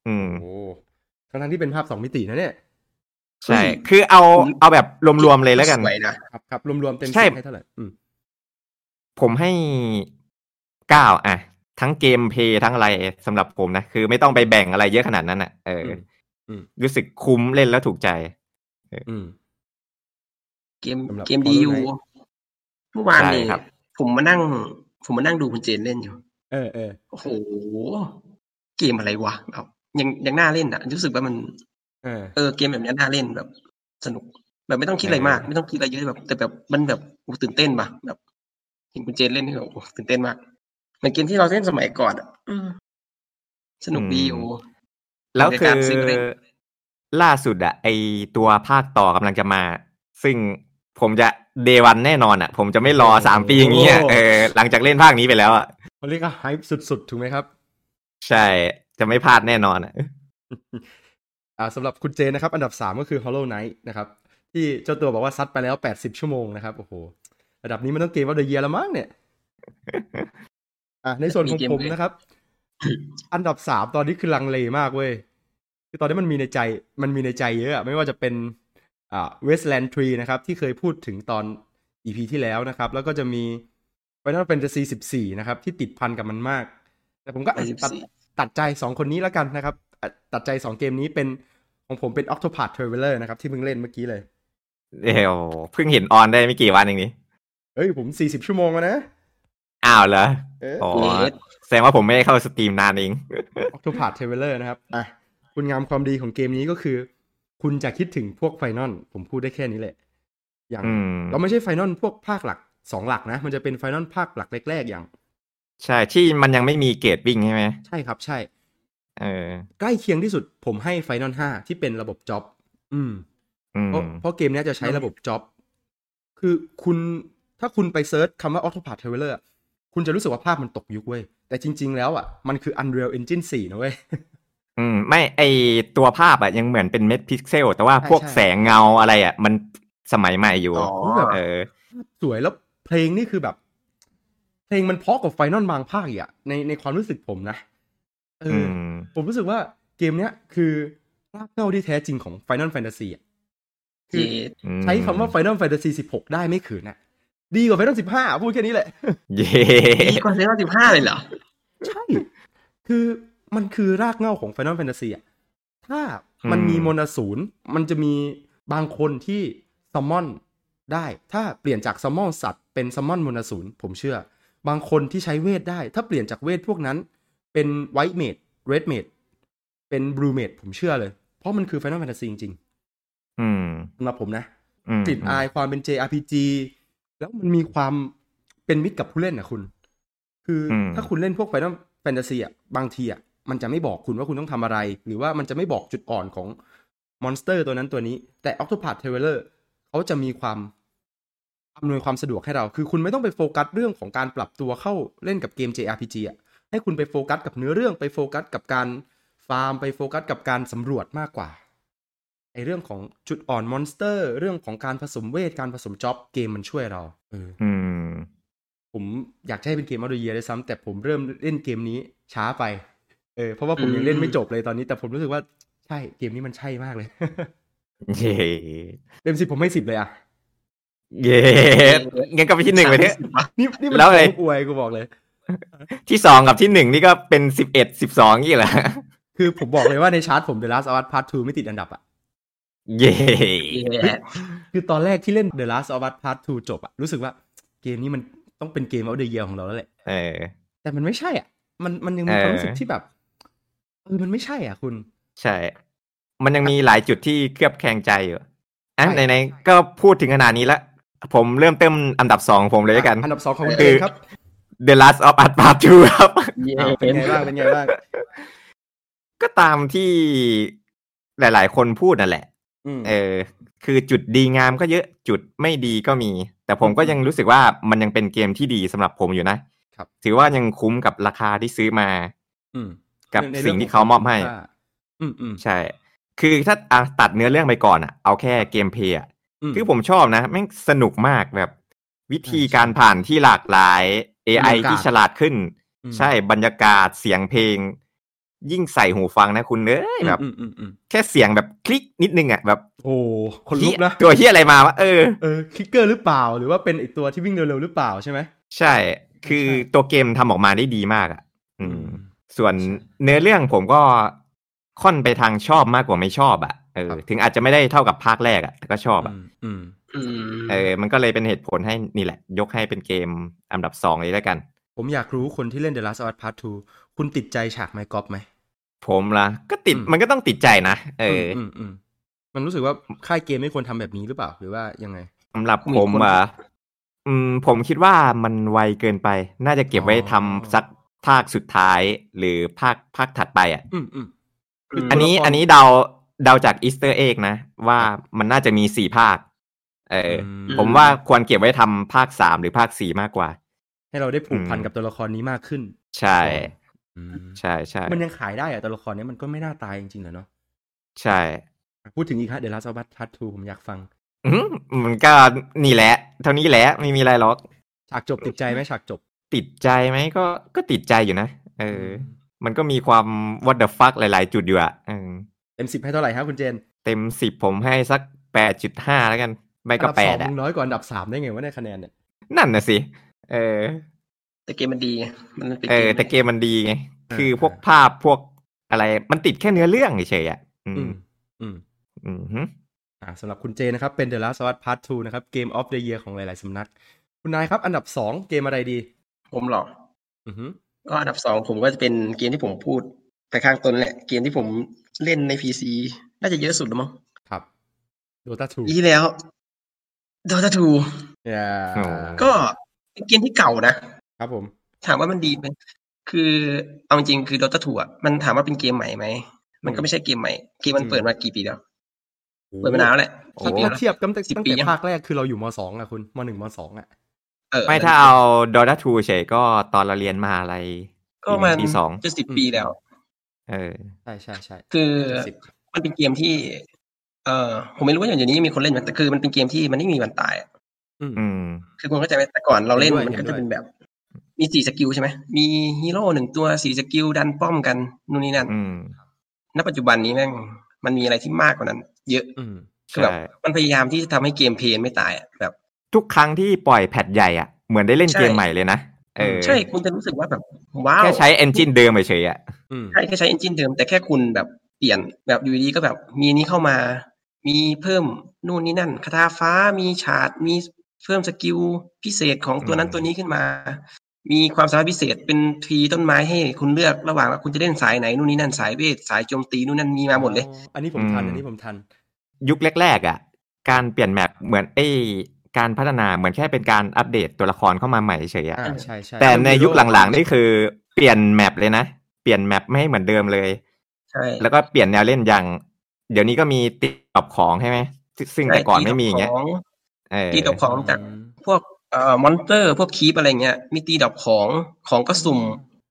Speaker 2: อืม
Speaker 1: โอ้ทั้งทั้งๆที่เป็นภาพสองมิตินะเนี่ย
Speaker 2: ใช่ คือเอา
Speaker 3: ผม
Speaker 2: เอาแบบรวมๆเลยแล้วกัน
Speaker 3: สวยนะครับ
Speaker 1: ครับรวมๆเต็มสิ
Speaker 2: ใช่
Speaker 1: บให้เท่าไหร่อืม
Speaker 2: ผมให้เก้าอะทั้งเกมเพลย์ทั้งอะไรสำหรับผมนะ คือไม่ต้องไปแบ่งอะไรเยอะขนาดนั้นอะเอออรู้สึกคุ้มเล่นแล้วถูกใจ
Speaker 1: อืม
Speaker 3: เกม
Speaker 1: สำหรับ
Speaker 3: เกม
Speaker 1: Hollow
Speaker 3: ดีอยู่
Speaker 1: Knight
Speaker 3: เมื่อวาน
Speaker 2: ใช่
Speaker 3: นี่
Speaker 2: ครับ
Speaker 3: ผมมานั่ง ผมมานั่งดูคุณเจนเล่นอยู่
Speaker 1: เออเออ
Speaker 3: โอ้โห เกมอะไรวะแบบยังยังน่าเล่นอ่ะ รู้สึกว่ามัน
Speaker 1: เออ
Speaker 3: เออเกมแบบเนี้ยน่าเล่นแบบ สนุก แบบไม่ต้องคิดอะไรมาก
Speaker 2: เออ
Speaker 3: ไม่ต้องคิดอะไรเยอะแบบ แต่แบบมันแบบโอ้ตื่นเต้นปะแบบเห็นคุณเจนเล่นนี่แบบโอ้ตื่นเต้นมากเหมือนเกมที่เราเล่นสมัยก่อนอะอืมสนุกดีอยู่
Speaker 2: แล้ว
Speaker 3: ใน
Speaker 2: คื
Speaker 3: การ
Speaker 2: อ
Speaker 3: ซื้อเล่น
Speaker 2: ล่าสุดอะไอตัวภาคต่อกำลังจะมา ซึ่งผมจะเดวันแน่นอนอะผมจะไม่รอ
Speaker 1: โอ้โห
Speaker 2: สามปีอย่างนี้อะเออหลังจากเล่นภาคนี้ไปแล้วอะ
Speaker 1: เขาเรียกว่า hype สุดๆ ถูกไหมครับ
Speaker 2: ใช่จะไม่พลาดแน่นอนอะ
Speaker 1: อ่าสำหรับคุณเจนนะครับ อันดับ 3 ก็คือ Hollow Knight นะครับ ที่เจ้าตัวบอกว่าซัดไปแล้ว 80 ชั่วโมงนะครับ โอ้โห ระดับนี้มันต้องเกมว่าเด e ย e a r ละมั้งเนี่ย อ่ะในส่วนของผมนะครับ อันดับ 3 ตอนนี้คือลังเลมากเว้ย คือตอนนี้มันมีในใจมันมีในใจเยอะอะไม่ว่าจะเป็นอ่า Westland 3 นะครับ ที่เคยพูดถึงตอน EP ที่แล้วนะครับ แล้วก็จะมี Final Fantasy 14 นะครับ ที่ติดพันกับมันมาก แต่ผมก็อาจจะตัด
Speaker 3: 14
Speaker 1: ตัดใจ 2 คนนี้แล้วกันนะครับอ่ะตัดใจ 2 เกมนี้เป็นของผมเป็น Octopath Traveler นะครับ ที่เพิ่งเล่นเมื่อกี้เลย
Speaker 2: เดี๋ยวเพิ่งเห็นออนได้ไม่กี่วันเองนี้
Speaker 1: เฮ้ย ผม 40 ชั่วโมงแล้วนะ
Speaker 2: อ้าวเหรอ
Speaker 1: เออ
Speaker 2: อ๋อ
Speaker 3: เละ
Speaker 2: แสดงว่าผมไม่ได้เข้าสตรีมนานเอง
Speaker 1: Octopath Traveler นะครับ อ่ะ คุณงามความดีของเกมนี้ก็คือ คุณจะคิดถึงพวกไฟนอลผมพูดได้แค่นี้แหละ อย่าง
Speaker 2: อืม
Speaker 1: เราไม่ใช่ไฟนอลพวกภาคหลัก 2 หลักนะ มันจะเป็นไฟนอลภาคหลักแรกๆ อย่าง
Speaker 2: ใช่ที่มันยังไม่มีเกรดวิ่งใช่ไหม
Speaker 1: ใช่ครับ ใช่
Speaker 2: เออ
Speaker 1: ใกล้เคียงที่สุดผมให้ไฟนอล5ที่เป็นระบบจ็อบ อืม
Speaker 2: อืม
Speaker 1: เพราะเพราะเกมเนี้ยจะใช้ระบบจ็อบ คือคุณถ้าคุณไปเซิร์ชคำว่า Octopath Traveler อะคุณจะรู้สึกว่าภาพมันตกยุคเว้ย แต่จริง ๆ แล้วอ่ะ มันคือ Unreal Engine 4 นะเว้ย [LAUGHS]
Speaker 2: อืมไม่ไอตัวภาพอะยังเหมือนเป็นเม็ดพิกเซล แต่ว่า
Speaker 1: ใช่
Speaker 2: พวก
Speaker 1: ใช่
Speaker 2: แสงเงาอะไรอะมันสมัยใหม่อยู่
Speaker 3: อ๋อ
Speaker 2: เออ
Speaker 1: สวยแล้วเพลงนี่คือแบบ เพลงมันเพราะกับไฟนอลบางภาคอีกอ่ะ ในในความรู้สึกผมนะ เอ
Speaker 2: อื
Speaker 1: อ
Speaker 2: ม
Speaker 1: ผมรู้สึกว่าเกมเนี้ยคือรากเหง้าที่แท้จริงของ Final Fantasy อ่ะ
Speaker 3: เย่
Speaker 1: ใช้คำว่า Final Fantasy 16 ได้ไม่ขืนอ่ะ ดีกว่า Final 15 พูดแค่นี้แหละ
Speaker 2: เย่
Speaker 3: ดีกว่าเซนต์สิบห้าเลยเหรอ
Speaker 1: ใช่ คือมันคือรากเหง้าของ Final Fantasy อ่ะ ถ้ามัน
Speaker 2: อืม
Speaker 1: มีมนต์ศูนย์มันจะมีบางคนที่ซัมมอนได้ ถ้าเปลี่ยนจากซัมมอนสัตว์เป็นซัมมอนมนต์ศูนย์ผมเชื่อ บางคนที่ใช้เวทได้ ถ้าเปลี่ยนจากเวทพวกนั้น เป็นไวท์เมดเรดเมดเป็นบลูเมดผมเชื่อเลย เพราะมันคือ Final Fantasy จริง
Speaker 2: อืม
Speaker 1: ๆสำหรับผมนะ
Speaker 2: อืม
Speaker 1: กลิ่นอายความเป็น JRPG แล้วมันมีความเป็นมิตรกับผู้เล่นนะคุณ คืออ
Speaker 2: ม
Speaker 1: ถ้าคุณเล่นพวกไฟนอลแฟนตาซีอ่ะบางทีอ่ะมันจะไม่บอกคุณว่าคุณต้องทำอะไร หรือว่ามันจะไม่บอกจุดอ่อนของมอนสเตอร์ตัวนั้นตัวนี้ แต่ Octopath Traveler เขาจะมีความอำนวยความสะดวกให้เรา คือคุณไม่ต้องไปโฟกัสเรื่องของการปรับตัวเข้าเล่นกับเกม JRPG อ่ะให้คุณไปโฟกัสกับเนื้อเรื่องไปโฟกัสกับการฟาร์มไปโฟกัสกับการสำรวจมากกว่า ไอเรื่องของจุดอ่อนมอนสเตอร์ เรื่องของการผสมเวท การผสมจ็อบเกมมันช่วยเราเออ
Speaker 2: อืม
Speaker 1: ผมอยากจะให้เป็นเกมออเดียด้วยซ้ำแต่ผมเริ่มเล่นเกมนี้ช้าไปเออเพราะว่าผมยังเล่นไม่จบเลยตอนนี้แต่ผมรู้สึกว่าใช่เกมนี้มันใช่มากเลย [LAUGHS]
Speaker 2: เย้
Speaker 1: เต็มสิบผมให้สิบเลยอ่ะ [LAUGHS]
Speaker 2: เย้งั้นก็ไปที่หนึ่งไปเถอะ
Speaker 1: นี่นี่มัน
Speaker 2: แล้วไง
Speaker 1: ของอวยกูบอกเลย
Speaker 2: ที่สองกับที่หนึ่งนี่ก็เป็นสิบเอ็ดสิบสองนี่แหละ
Speaker 1: คือผมบอกเลยว่า [LAUGHS] ในชาร์ตผม The Last of Us Part 2 ไม่ติดอันดับอ่ะ
Speaker 2: เย้
Speaker 3: แย่
Speaker 1: คือตอนแรกที่เล่น The Last of Us Part 2 จบอ่ะรู้สึกว่าเกมนี้มันต้องเป็นเกมออเดียของเราแล้วแหละ
Speaker 2: เออ
Speaker 1: แต่มันไม่ใช่อ่ะ มันมันยังมีความรู้สึกที่แบบเออมันไม่ใช่อ่ะคุณ
Speaker 2: ใช่ มันยังมีหลายจุดที่เคลือบแคลงใจอยู่อ่ะ
Speaker 1: ใช่
Speaker 2: ไหนๆก็พูดถึงขนาดนี้ละ ผมเริ่มเติมอันดับสองของผมเลยด้วยกัน
Speaker 1: อันดับสองของคุณเอ
Speaker 2: คือ
Speaker 1: งครับ
Speaker 2: The Last of Us Part 2 ครับ [LAUGHS]
Speaker 3: เย่
Speaker 1: อ้าวเป็นไงบ้าง เป็นไงบ้าง
Speaker 2: ก็ตามที่หลายๆ คนพูดนั่นแหละ
Speaker 1: อืม
Speaker 2: เออ คือจุดดีงามก็เยอะ จุดไม่ดีก็มี แต่ผมก็ยังรู้สึกว่ามันยังเป็นเกมที่ดีสำหรับผมอยู่นะ ถือว่ายังคุ้มกับราคาที่ซื้อมา
Speaker 1: อืม
Speaker 2: กับ
Speaker 1: ใน
Speaker 2: สิ่งที่เขามอบให้
Speaker 1: อืมอืม
Speaker 2: ใช่ คือถ้าอ่ะตัดเนื้อเรื่องไปก่อนอ่ะ เอาแค่เกมเพลย์อ่ะ
Speaker 1: ม
Speaker 2: คือผมชอบนะแม่งสนุกมากแบบ วิธี
Speaker 1: ใช่
Speaker 2: การผ่านที่หลากหลาย AI
Speaker 1: บรรยากาศ
Speaker 2: ที่ฉลาดขึ้น
Speaker 1: อืม
Speaker 2: ใช่บรรยากาศเสียงเพลง ยิ่งใส่หูฟังนะคุณเอ้ยแบบ
Speaker 1: อืมอืมอืม
Speaker 2: แค่เสียงแบบคลิกนิดนึงอ่ะแบบ
Speaker 1: โอ้คนลุกนะ
Speaker 2: เหี้ยตัวเฮียอะไรมาวะเออ
Speaker 1: เออคลิกเกอร์หรือเปล่า หรือว่าเป็นไอตัวที่วิ่งเร็วๆหรือเปล่าใช่ไหม
Speaker 2: ใช่ คือ
Speaker 1: ใช่
Speaker 2: ตัวเกมทำออกมาได้ดีมากอ่ะ อืม
Speaker 1: ม
Speaker 2: ส่วน
Speaker 1: ใช่
Speaker 2: เนื้อเรื่องผมก็ค่อนไปทางชอบมากกว่าไม่ชอบอ่ะเออ
Speaker 1: ครับ
Speaker 2: ถึงอาจจะไม่ได้เท่ากับภาคแรกอ่ะแต่ก็ชอบอ่ะ
Speaker 1: อืมอืม
Speaker 3: อืม
Speaker 2: เออ มันก็เลยเป็นเหตุผลให้นี่แหละ ยกให้เป็นเกมอันดับสองเลยแล้วกัน
Speaker 1: ผมอยากรู้คนที่เล่น The Last of Us Part 2 คุณติดใจฉากไมค์กอล์ฟไหม
Speaker 2: ผมละก็ติด
Speaker 1: อืม
Speaker 2: มันก็ต้องติดใจนะเอออ
Speaker 1: มอืมมันรู้สึกว่าค่ายเกมไม่ควรทำแบบนี้หรือเปล่า หรือว่ายังไง
Speaker 2: สำหรับผมอ่ะอืม ผมคิดว่ามันไวเกินไป น่าจะเก็บไว้ทำสักภาคสุดท้าย หรือภาคภาคถัดไปอ่ะ
Speaker 1: อืมอืม
Speaker 3: ม
Speaker 2: อันนี้
Speaker 1: ตัวละคร
Speaker 2: อันนี้เดาเดาจากอีสเตอร์เอกนะ ว่ามันน่าจะมีสี่ภาค เอออ
Speaker 1: ม
Speaker 2: ผมว่าควรเก็บไว้ทำภาคสามหรือภาคสี่มากกว่า
Speaker 1: ให้เราได้ผูกพัน
Speaker 2: อืม
Speaker 1: กับตัวละครนี้มากขึ้น
Speaker 2: ใช่
Speaker 1: อืม
Speaker 2: ใช่ใช่
Speaker 1: มันยังขายได้อะตัวละครเนี้ยมันก็ไม่น่าตายจริงๆเหรอเนาะ
Speaker 2: ใช่
Speaker 1: พูดถึงอีกฮะเดลัสบัตทัตทูผมอยากฟัง
Speaker 2: อืมมันก็นี่แหละ เท่านี้แหละไม่มีอะไรหรอก
Speaker 1: ฉากจบติดใจไหมฉากจบ
Speaker 2: ติดใจไหมก็ก็ติดใจอยู่นะเออ มันก็มีความ what the fuck หลาย ๆ จุดอยู่อะเออ
Speaker 1: เต็มสิบให้เท่าไหร่ครับคุณเจน
Speaker 2: เต็มสิบผมให้สักแปดจุดห้าแล้วกัน ไม่ก็
Speaker 1: อันดับ
Speaker 2: แป
Speaker 1: สอ
Speaker 2: ด
Speaker 1: ง
Speaker 2: อะ
Speaker 1: มึงน้อยกว่าอันดับสามได้ไงว่าในคะแนนเนี่ย
Speaker 2: นั่นน่ะสิ เออ
Speaker 3: แต่เกมมันดีไงมันเป็น
Speaker 2: เอ
Speaker 3: เก
Speaker 2: อ
Speaker 3: ม
Speaker 2: แต่เกมมันดีไง คือพวกภาพพวกอะไรมันติดแค่เนื้อเรื่องเฉยๆอะอื
Speaker 1: อืม
Speaker 2: ม
Speaker 1: อืม
Speaker 2: อืมฮึ
Speaker 1: อ่าสำหรับคุณเจนนะครับ เป็น The Last of Us Part 2 นะครับเกม of the year ของหลาย ๆ สำนัก คุณนายครับ อันดับสองเกมอะไรดี
Speaker 3: ผมหรอก
Speaker 1: อือหือ
Speaker 3: ก็อันดับสองผมก็จะเป็นเกมที่ผมพูดไปข้างต้นแหละ เกมที่ผมเล่นในพีซีน่าจะเยอะสุดแล้วมั้ง
Speaker 1: ครับ Dota
Speaker 3: ปีที่แล้ว Dota
Speaker 1: 2อย่า
Speaker 3: 2ก็เป็นเกมที่เก่านะ
Speaker 1: ครับผม
Speaker 3: ถามว่ามันดีไหมคือเอาจริงๆคือ Dota 2อ่ะมันถามว่าเป็นเกมใหม่ไหม มันก็ไม่ใช่เกมใหม่ เกมมันเปิดมากี่ปีแล้ว เปิดมานานแล้วแหละ
Speaker 1: ถ้า
Speaker 3: ปี
Speaker 1: ถ้า
Speaker 3: แล้ว
Speaker 1: เทียบกันตั้ง
Speaker 3: สิบ
Speaker 1: ตั้ง
Speaker 3: ปี
Speaker 1: แต่
Speaker 3: ยัง
Speaker 1: ภาคแรกคือเราอยู่มสองอะคุณมหนึ่งมสองอะ
Speaker 3: เออ
Speaker 2: ไม่ถ้าเอา Dota 2เฉยก็ตอนเราเรียนมหาอะไร
Speaker 3: ก็มัน
Speaker 2: ปีสอง
Speaker 3: จะสิบปีแล้ว
Speaker 2: เออ
Speaker 1: ใช่ใช่ใช่
Speaker 3: คือ
Speaker 1: สิบ
Speaker 3: มันเป็นเกมที่ เออผมไม่รู้ว่าอย่างเดี๋ยวนี้มีคนเล่นไหมแต่คือมันเป็นเกมที่มันไม่มีวันตายอะ
Speaker 1: อืม
Speaker 2: อืม
Speaker 3: คือคุณเข้าใจไหมแต่ก่อนเราเล่น
Speaker 1: เห็นด้วยเห็
Speaker 3: มันก็
Speaker 1: นด้
Speaker 3: จะ
Speaker 1: วย
Speaker 3: เป็นแบบ มีสี่สกิลใช่ไหมมีฮีโร่หนึ่งตัวสี่สกิลดันป้อมกันนู่นนี่นั่น
Speaker 2: อืม
Speaker 3: ณปัจจุบันนี้แม่งมันมีอะไรที่มากกว่านั้น เยอะ
Speaker 1: อืม
Speaker 3: คือแบบ
Speaker 2: ใช่
Speaker 3: มันพยายามที่จะทำให้เกมเพลย์ไม่ตายอะแบบ
Speaker 2: ทุกครั้งที่ปล่อยแพทใหญ่อ่ะ เหมือนได้เล่น
Speaker 3: ใช่
Speaker 2: เกมใหม่เลยนะ เออ
Speaker 3: ใช่คุณจะรู้สึกว่าแบบว้าว
Speaker 2: แค่ใช้เอนจินเดิมเฉยๆอ่ะ
Speaker 1: อืม
Speaker 3: ใช่แค่ใช้เอนจินเดิมแต่แค่คุณแบบ ปลี่ยนแบบอยู่ดีก็แบบมีนี้เข้ามา มีเพิ่มนู่นนี่นั่นคาถาฟ้ามีฉาดมีเพิ่มสกิลพิเศษของตัวนั้น
Speaker 2: อืม
Speaker 3: ตัวนี้ขึ้นมา มีความสามารถพิเศษเป็นทรีต้นไม้ให้คุณเลือกระหว่างว่าคุณจะเล่นสายไหนนู่นนี่นั่นสายเวทสายโจมตีนู่นนั่นมีมาหมดเลย
Speaker 1: อ๋ออันนี้ผมทัน
Speaker 2: อืม
Speaker 1: อันนี้ผมทัน
Speaker 2: ยุคแรกๆอ่ะ การเปลี่ยนแมปเหมือนไอยการพัฒนาเหมือนแค่เป็นการอัปเดตตัวละครเข้ามาใหม่เฉยๆอะ
Speaker 1: อ่าใช่ใช่
Speaker 2: แต่ในยุคหลังๆ
Speaker 1: นี่
Speaker 2: นี่คือเปลี่ยนแมปเลยนะ เปลี่ยนแมปไม่ให้เหมือนเดิมเลย
Speaker 3: ใช่
Speaker 2: แล้วก็เปลี่ยนแนวเล่นอย่าง เดี๋ยวนี้ก็มีติดตอบของใช่ไหมซึ่งซึ่งแต่ก่อนไม่มีอย่างเงี้ย
Speaker 3: ใช่ตี
Speaker 2: เออ
Speaker 3: ดอกขตีดอกของ จาก พวกเอ่อมอนเตอร์ พวกคีปอะไรเงี้ย มีตีดอกของของก็สุ่ม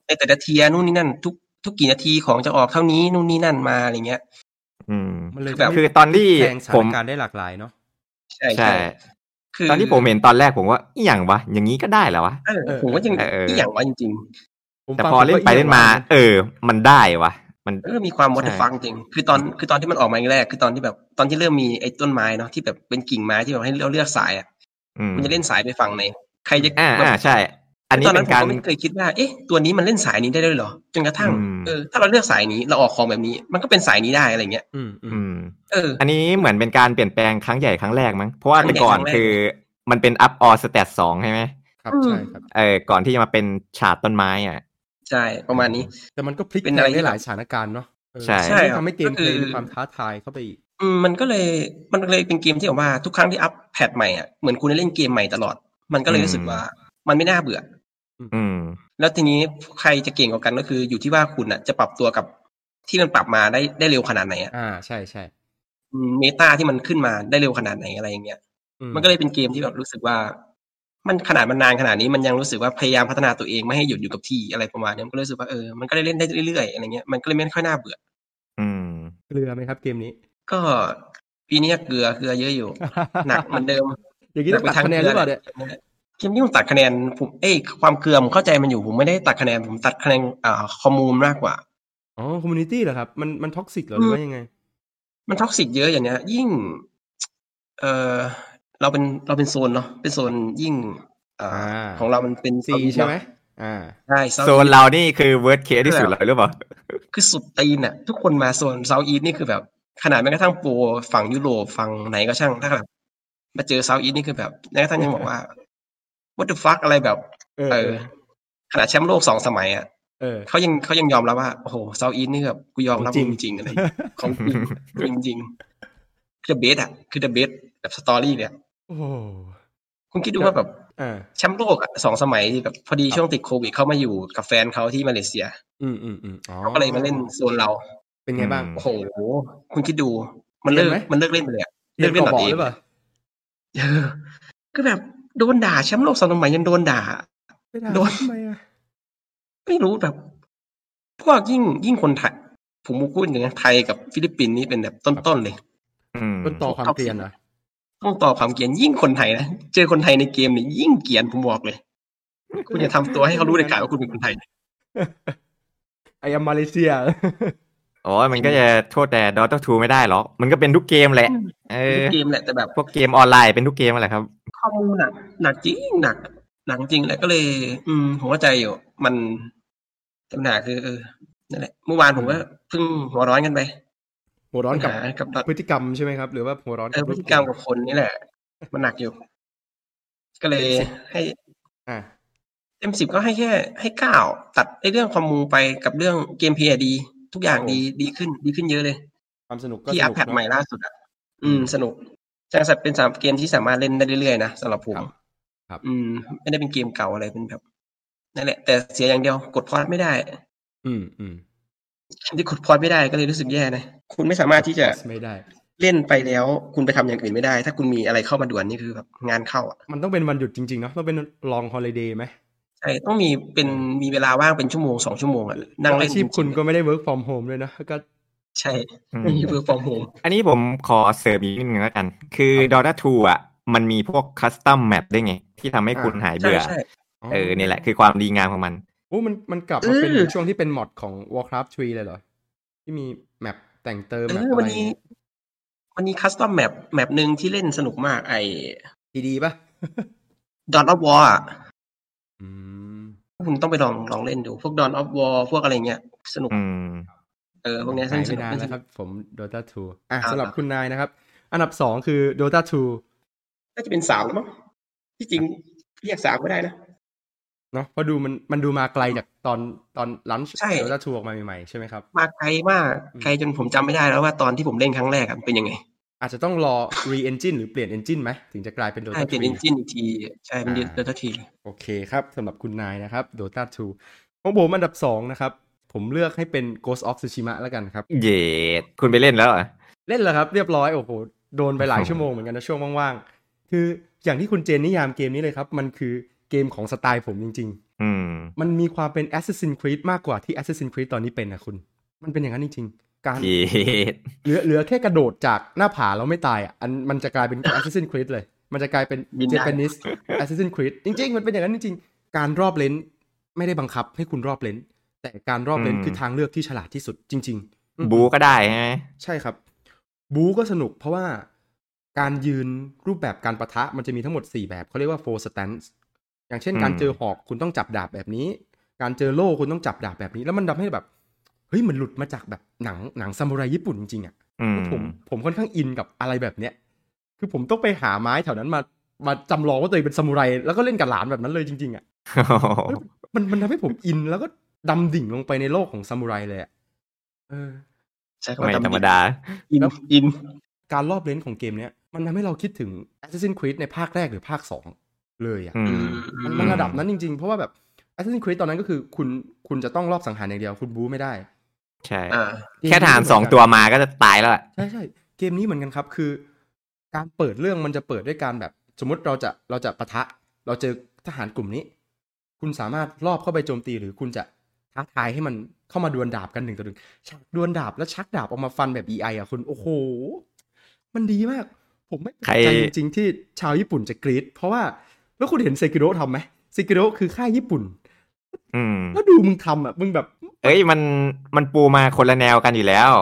Speaker 3: ในแต่ละเทียร์นู่นนี่นั่น ทุกทุกกี่นาทีของจะออกเท่านี้นู่นนี่นั่นมาอะไรเงี้ย
Speaker 2: อืม
Speaker 1: มันเลย
Speaker 3: แบบ
Speaker 2: คือตอนที่
Speaker 1: แทงสถา
Speaker 2: ผ
Speaker 1: น
Speaker 2: ม
Speaker 1: การณ์ได้หลากหลายเนาะ
Speaker 3: ใช่
Speaker 2: ใช่
Speaker 3: คือ
Speaker 2: ตอนที่ผมเห็นตอนแรกผมว่าอหย่างวะอย่างนี้ก็ได้เหรอวะ
Speaker 3: เออผมก็ยัง
Speaker 2: เออเออ
Speaker 3: ที่อย่างว่าจริง
Speaker 2: แต่พอเล่นไปเล่นมา เออ มันได้วะมัน
Speaker 3: ๆ เออมีความมด
Speaker 2: ใช่
Speaker 3: ฟังจริง คือตอนคือตอนที่มันออกมาแรกๆคือตอนที่แบบตอนที่เริ่มมีไอ้ต้นไม้เนาะที่แบบเป็นกิ่งไม้ที่แบบให้เราเลือกสายอ่ะ
Speaker 2: อืม
Speaker 3: มันจะเล่นสายไปฝั่งไหนใครจะ
Speaker 2: อ่า
Speaker 3: แบบ
Speaker 2: อ่าใช่ อันนี้
Speaker 3: ตอน
Speaker 2: เป็น
Speaker 3: นั้นผม
Speaker 2: การ
Speaker 3: ก็ไม่เคยคิดว่า เอ๊ะ ตัวนี้มันเล่นสายนี้ได้ด้วยเหรอ จนกระทั่ง
Speaker 2: อืม
Speaker 3: เออ ถ้าเราเลือกสายนี้ เราออกของแบบนี้ มันก็เป็นสายนี้ได้อะไรเงี้ย
Speaker 1: อืมอื
Speaker 2: อื
Speaker 1: ม
Speaker 2: ม
Speaker 3: เออ
Speaker 2: อันนี้เหมือนเป็นการเปลี่ยนแปลงครั้งใหญ่ครั้งแรกมั้ง เพราะว่าแต่ก่อน
Speaker 3: ครั้งใหญ่ครั้งแรก
Speaker 2: คือมันเป็นอัพออสเตตสองใช่ไหม
Speaker 1: ครับ
Speaker 3: อืม
Speaker 1: ใช่ครับ
Speaker 2: เออ ก่อนที่จะมาเป็นฉาดต้นไม้อ่ะ
Speaker 3: ใช่ ประมาณนี้
Speaker 1: แต่มันก็พลิก
Speaker 3: เป็น
Speaker 1: แพ
Speaker 3: อะไร
Speaker 1: ง
Speaker 3: ที่
Speaker 1: ได้หลายสถานการณ์เนาะเออ
Speaker 2: ใช่
Speaker 1: ซึ่ง
Speaker 3: ใช่ครับ
Speaker 1: ทำให้เกม
Speaker 3: ก็
Speaker 1: เพ
Speaker 3: คื
Speaker 1: ล
Speaker 3: อ
Speaker 1: ย์มีความท้าทายเข้าไปอีก
Speaker 3: อืมมันก็เลย มันเลยเป็นเกมที่แบบว่าทุกครั้งที่อัพแพทใหม่อ่ะ เหมือนคุณได้เล่นเกมใหม่ตลอด มันก็เลยรู้สึกว่า มันไม่น่าเบื่อ
Speaker 2: อืม
Speaker 3: แล้วทีนี้ใครจะเก่งกว่ากันก็คือ อยู่ที่ว่าคุณอ่ะ จะปรับตัวกับที่มันปรับมาได้ได้เร็วขนาดไหนอ่ะ
Speaker 1: อ่าใช่ใช่
Speaker 3: อืมเมตาที่มันขึ้นมาได้เร็วขนาดไหนอะไรอย่างเงี้ย
Speaker 1: อื
Speaker 3: มันก็เลยเป็นเกมที่แบบรู้สึกว่า มันขนาดมันนานขนาดนี้มันยังรู้สึกว่าพยายามพัฒนาตัวเองไม่ให้หยุดอยู่กับที่อะไรประมาณนี้มันก็รู้สึกว่าเออมันก็ได้เล่นได้เรื่อยๆอะไรเงี้ยมันก็เลยไม่ค่อยน่าเบื่อ
Speaker 2: อืม
Speaker 1: เกลือไหมครับเกมนี้
Speaker 3: ก็ปีนี้เกลือเกลือเยอะอยู่ หนักเหมือนเดิม
Speaker 1: [LAUGHS] อย่างนี้ต้องตัดคะแนนหรือเปล่าเนี่ย
Speaker 3: เกมที่ผมตัดคะแนนผมเอ้ยความเกลือผมเข้าใจมันอยู่ผมไม่ได้ตัดคะแนนผมตัดคะแนนอ่าคอมมูนมากกว่า
Speaker 1: อ๋อคอมมูนิตี้เหรอครับ มันมันท็อกซิกเหรอหรือว่ายังไง
Speaker 3: มันท็อกซิกเยอะอย่างเนี้ย ยิ่ง เออเราเป็นเราเป็นโซนเนาะเป็นโซนยิ่งอ่า
Speaker 1: อ่า
Speaker 3: ของเรามันเป็น
Speaker 1: ซีใช่ไหมอ่า
Speaker 3: ใช่ South
Speaker 2: โซนเรานี่คือเวิร์ดเคสที่สุดเลยหรือเปล่า
Speaker 3: คือสุดตีนอะทุกคนมาโซนเซาท์อีสนี่คือแบบ ขนาดแม้กระทั่งโปรฝั่งยุโรปฝั่งไหนก็ช่างถ้าแบบมาเจอเซาท์อีสนี่คือแบบแม้กระทั่งยังบอกว่า what the fuck อะไรแบบ
Speaker 1: เออ
Speaker 3: เอ
Speaker 1: เอ
Speaker 3: อ
Speaker 1: อ
Speaker 3: ขนาดแชมป์โลกสองสมัยอะ
Speaker 1: เออ
Speaker 3: เขายังเขายังยอมรับว่า โอ้โหเซาท์อีสนี่แบบกูยอมรับ
Speaker 1: จริง
Speaker 3: มึงจริงอะไรอย่างเงี้
Speaker 1: [LAUGHS]
Speaker 3: ยของจริงจริงจริงคือ the best อะคือ the best แบบสตอรี่เนี่ย
Speaker 1: โอ้โห
Speaker 3: คุณคิดดูว่าแบบ
Speaker 1: อ่า
Speaker 3: แชมป์โลกอะสองสมัยที่แบบพอดีช่วงติดโควิดเขามาอยู่กับแฟนเขาที่มาเลเซีย
Speaker 1: อืมอืมอืมอ๋อ
Speaker 3: เขาก็เลยมาเล่นโซนเรา
Speaker 1: เป็นไงบ้าง
Speaker 2: อืม
Speaker 3: โอ้โห คุณคิดดู มันเลิก
Speaker 1: เห็นไหม
Speaker 3: มันเลิกเล่นไปเลยอะ
Speaker 1: เรียนกบอหรือเปล่า
Speaker 3: เออก็แบบโดนด่าแชมป์โลกสองสมัยยังโดนด่า
Speaker 1: ไม่ได้
Speaker 3: โดน
Speaker 1: ทำไมอ่ะ
Speaker 3: ไม่รู้แบบ พวกยิ่งยิ่งคนไทย ผมพูดอย่างนี้ยไทยกับฟิลิปปินส์นี่เป็นแบบต้นๆเลย
Speaker 2: อืม
Speaker 1: เป็นต่อความเกลียนเหรอ
Speaker 3: ต้องต่อความเกลียนยิ่งคนไทยนะเจอคนไทยในเกมเนี่ยยิ่งเกลียนผมบอกเลย คุณอย่าทำตัวให้เขารู้เลยค่ะว่าคุณเป็นคนไทย
Speaker 1: ไอ้อมมาเลเซีย
Speaker 2: โอ้ยมันก็จะโทษแต่ดอททูไม่ได้หรอกมันก็เป็นทุกเกมแหละ เอ
Speaker 3: เป็น
Speaker 2: อ
Speaker 3: เกมแหละแต่แบบ
Speaker 2: พวกเกมออนไลน์เป็นทุกเกมอะไรครับ
Speaker 3: ข้อมูลหนักหนักจริงหนักหนักจริงแหละก็เลย อืมผมเข้าใจอยู่ มันแต่ปัญหาคือเออนั่นแหละเมื่อวานผมก็เพิ่งหัวร้อนกันไป
Speaker 1: หัวร้อนกับ
Speaker 3: ปัญหากับ
Speaker 1: พฤติกรรมใช่ไหมครับ หรือว่าหัวร้อน
Speaker 3: เออพฤ
Speaker 1: ถ
Speaker 3: ติกรรมกับคนนี่แหละ มันหนักอยู่ ก็เลยให้
Speaker 1: อ่า
Speaker 3: เต็มสิบก็ให้แค่ ให้เก้าตัดไอ้เรื่องความมูไปกับเรื่องเกมเพลย์ดี ทุกอย่างดีดีขึ้น ดีขึ้นเยอะเลย
Speaker 1: ความสนุกก็
Speaker 3: ที่
Speaker 1: ส
Speaker 3: อัพ
Speaker 1: นุก
Speaker 3: แพท
Speaker 1: เนอะ
Speaker 3: ใหม่ล่าสุดอ่ะ อืม สนุกจังสัตว์เป็นสามเกมที่สามารถเล่นได้เรื่อยๆนะสำหรับผม
Speaker 1: ครับครับ
Speaker 3: อืม ไม่ได้เป็นเกมเก่าอะไรเป็นแบบนั่นแหละ แต่เสียอย่างเดียวกดพอดไม่ได้
Speaker 1: อืมอืม
Speaker 3: ที่กดพอดไม่ได้ก็เลยรู้สึกแย่นะ คุณไม่สามารถที่จะ
Speaker 1: ไม่ได้
Speaker 3: เล่นไปแล้ว คุณไปทำอย่างอื่นไม่ได้ ถ้าคุณมีอะไรเข้ามาด่วนนี่คือแบบงานเข้าอ่ะ
Speaker 1: มันต้องเป็นวันหยุดจริงๆเนาะต้องเป็นลองฮอลิเดย์ไหม
Speaker 3: ใช่ต้องมีเป็นมีเวลาว่างเป็นชั่วโมงสองชั่วโมงอ่ะนั่ง
Speaker 1: เพราะ
Speaker 3: เล่
Speaker 1: อาน ชีพคุณ
Speaker 3: จริงๆ
Speaker 1: ก็ไม่ได้ work from home ด้วยนะก็
Speaker 3: ใช่
Speaker 2: อืม
Speaker 3: [LAUGHS] ไม่มีเพื่อฟอร์มโฮม
Speaker 2: อันนี้ผมขอเสริมอีกนิดนึงแล้วกัน คือ
Speaker 1: ครับ
Speaker 2: Dota 2อ่ะ มันมีพวกคัสตัมแมปด้วยไง ที่ทำให้คุณหาย
Speaker 3: ใช่
Speaker 2: เบื่อ
Speaker 3: ใช่
Speaker 2: เออ นี่แหละคือความดีงามของมัน
Speaker 1: โอ้มันมันกลับมาเป็น
Speaker 3: เออ
Speaker 1: ช่วงที่เป็นมอดของ Warcraft 3 เลยเหรอ ที่มีแมปแต่งเติม
Speaker 3: เอ
Speaker 1: แมป
Speaker 3: อ
Speaker 1: อะ
Speaker 3: วัน
Speaker 1: ไร
Speaker 3: นี้ วันนี้คัสตอมแมปแมปหนึ่งที่เล่นสนุกมากไอ้
Speaker 1: ดีดีๆป่ะ
Speaker 3: ดอทออฟวอร์อ่ะ
Speaker 1: อืม
Speaker 3: คุณต้องไปลองลองเล่นดู พวก Dawn of War พวกอะไรเงี้ย สนุก
Speaker 2: อืม
Speaker 3: เออพวกเนี้ย
Speaker 1: หา
Speaker 3: ซึ่
Speaker 1: ย
Speaker 3: ง
Speaker 1: ไปนาน
Speaker 3: สนุกซึ่ง
Speaker 1: แล้ว
Speaker 3: สนุก
Speaker 1: ครับ ผม Dota 2 อ่ะ
Speaker 3: อ่า
Speaker 1: สำหรับคุณนายนะครับ อันดับสองคือ Dota 2
Speaker 3: น่าจะเป็นสามมั้งที่จริงเรียกสามก็ได้นะ
Speaker 1: เนาะเพราะดูมันมันดูมาไกลจากตอนตอนลันช์
Speaker 3: ใช่
Speaker 1: โดต้าทูออกมาใหม่ๆใช่ไหมครับ
Speaker 3: มาไกลมาก
Speaker 1: อืม
Speaker 3: ไกลจนผมจำไม่ได้แล้วว่าตอนที่ผมเล่นครั้งแรกอะเป็นยังไง
Speaker 1: อาจจะต้องรอ re-engine หรือเปลี่ยน engine ไหมถึงจะกลายเป็นโด
Speaker 3: ใช่
Speaker 1: ต้า
Speaker 3: เป
Speaker 1: ทู
Speaker 3: ลี่ยนเอนจินอีกทีใช่เป็นเดลต้าทีเลย
Speaker 1: โอเคครับสำหรับคุณนายนะครับโดต้าทูของผมอันดับสองนะครับ ผมเลือกให้เป็น Ghost of Tsushima แล้วกันครับ
Speaker 2: เย็ดคุณไปเล่นแล้วเหรอ
Speaker 1: เล่นแล้วครับเรียบร้อย โอ้โห โดนไปหลายชั่วโมงเหมือนกันนะช่วงว่างๆ คืออย่างที่คุณเจนนิยามเกมนี้เลยครับ มันคือเกมของสไตล์ผมจริง
Speaker 2: อืม
Speaker 1: ๆ มันมีความเป็น Assassin's Creed มากกว่าที่ Assassin's Creed ตอนนี้เป็นนะคุณ มันเป็นอย่างนั้นจริงๆการ
Speaker 2: เย็ด
Speaker 1: เหลือเหลือแค่กระโดดจากหน้าผาแล้วไม่ตายอ่ะอันมันจะกลายเป็น Assassin's Creed เลย มันจะกลายเป็น
Speaker 3: บินได้
Speaker 1: Japanese Assassin's Creed จริง ๆ มันเป็นอย่างนั้นจริง ๆ การรอบเลนส์ไม่ได้บังคับให้คุณรอบเลนส์แต่การรอบเลนส์คือทางเลือกที่ฉลาดที่สุดจริง ๆอืม
Speaker 2: บูก็ได้ใช่ไหม
Speaker 1: ใช่ครับ บูก็สนุกเพราะว่าการยืนรูปแบบการประทะมันจะมีทั้งหมด 4 แบบเขาเรียกว่า four stance อย่างเช่น การเจอหอกคุณต้องจับดาบแบบนี้ การเจอโล่คุณต้องจับดาบแบบนี้ แล้วมันทำให้แบบเฮ้ยมันหลุดมาจากแบบหนังหนังซามูไรญี่ปุ่นจริงๆอ่ะ
Speaker 2: อืม
Speaker 1: ผมผมค่อนข้างอินกับอะไรแบบเนี้ย คือผมต้องไปหาไม้แถวนั้นมา มาจำลองว่าตัวเองเป็นซามูไร แล้วก็เล่นกับหลานแบบนั้นเลยจริงๆอ่ะ มันมันทำให้ผมอินแล้วก็ดำดิ่งลงไปในโลกของซามูไรเลยอะเออ
Speaker 3: ใช่คำ
Speaker 2: ไม่
Speaker 3: ว่า
Speaker 2: ธรรมดา
Speaker 3: อิน
Speaker 1: แล้ว
Speaker 3: อิน
Speaker 1: การรอบเลนของเกมเนี้ย มันทำให้เราคิดถึง Assassin's Creed ในภาคแรกหรือภาคสองเลยอ่ะ
Speaker 2: อืม
Speaker 3: อื
Speaker 1: มัน
Speaker 3: ม
Speaker 1: มันระดับนั้นจริงๆ เพราะว่าแบบ Assassin's Creed ตอนนั้นก็คือคุณคุณจะต้องรอบสังหารอย่างเดียว คุณบู๊ไม่ได้
Speaker 2: ใช่
Speaker 3: อ่า
Speaker 2: แค่ทหารสองตัวมาก็จะตายแล้วล่ะ
Speaker 1: ใช่ใช่เกมนี้เหมือนกันครับ คือ การเปิดเรื่องมันจะเปิดด้วยการแบบ สมมติเราจะเราจะปะทะ เราเจอทหารกลุ่มนี้ คุณสามารถลอบเข้าไปโจมตีหรือคุณจะท้าทายให้มันเข้ามาดวลดาบกันหนึ่งต่อหนึ่งชักดวลดาบแล้วชักดาบออกมาฟันแบบ EI อ่ะคุณโอ้โห มันดีมาก ผมไม่แปลกใจ
Speaker 2: ใคร
Speaker 1: จริง ๆ ที่ชาวญี่ปุ่นจะกรี๊ดเพราะว่าแล้วคุณเห็นเซกิโร่ทำไหมเซกิโร่คือค่ายญี่ปุ่น
Speaker 2: อืม
Speaker 1: แล้วดูมึงทำอ่ะมึงแบบ
Speaker 2: เอ้ยมันมันปูมาคนละแนวกันอยู่แล้ว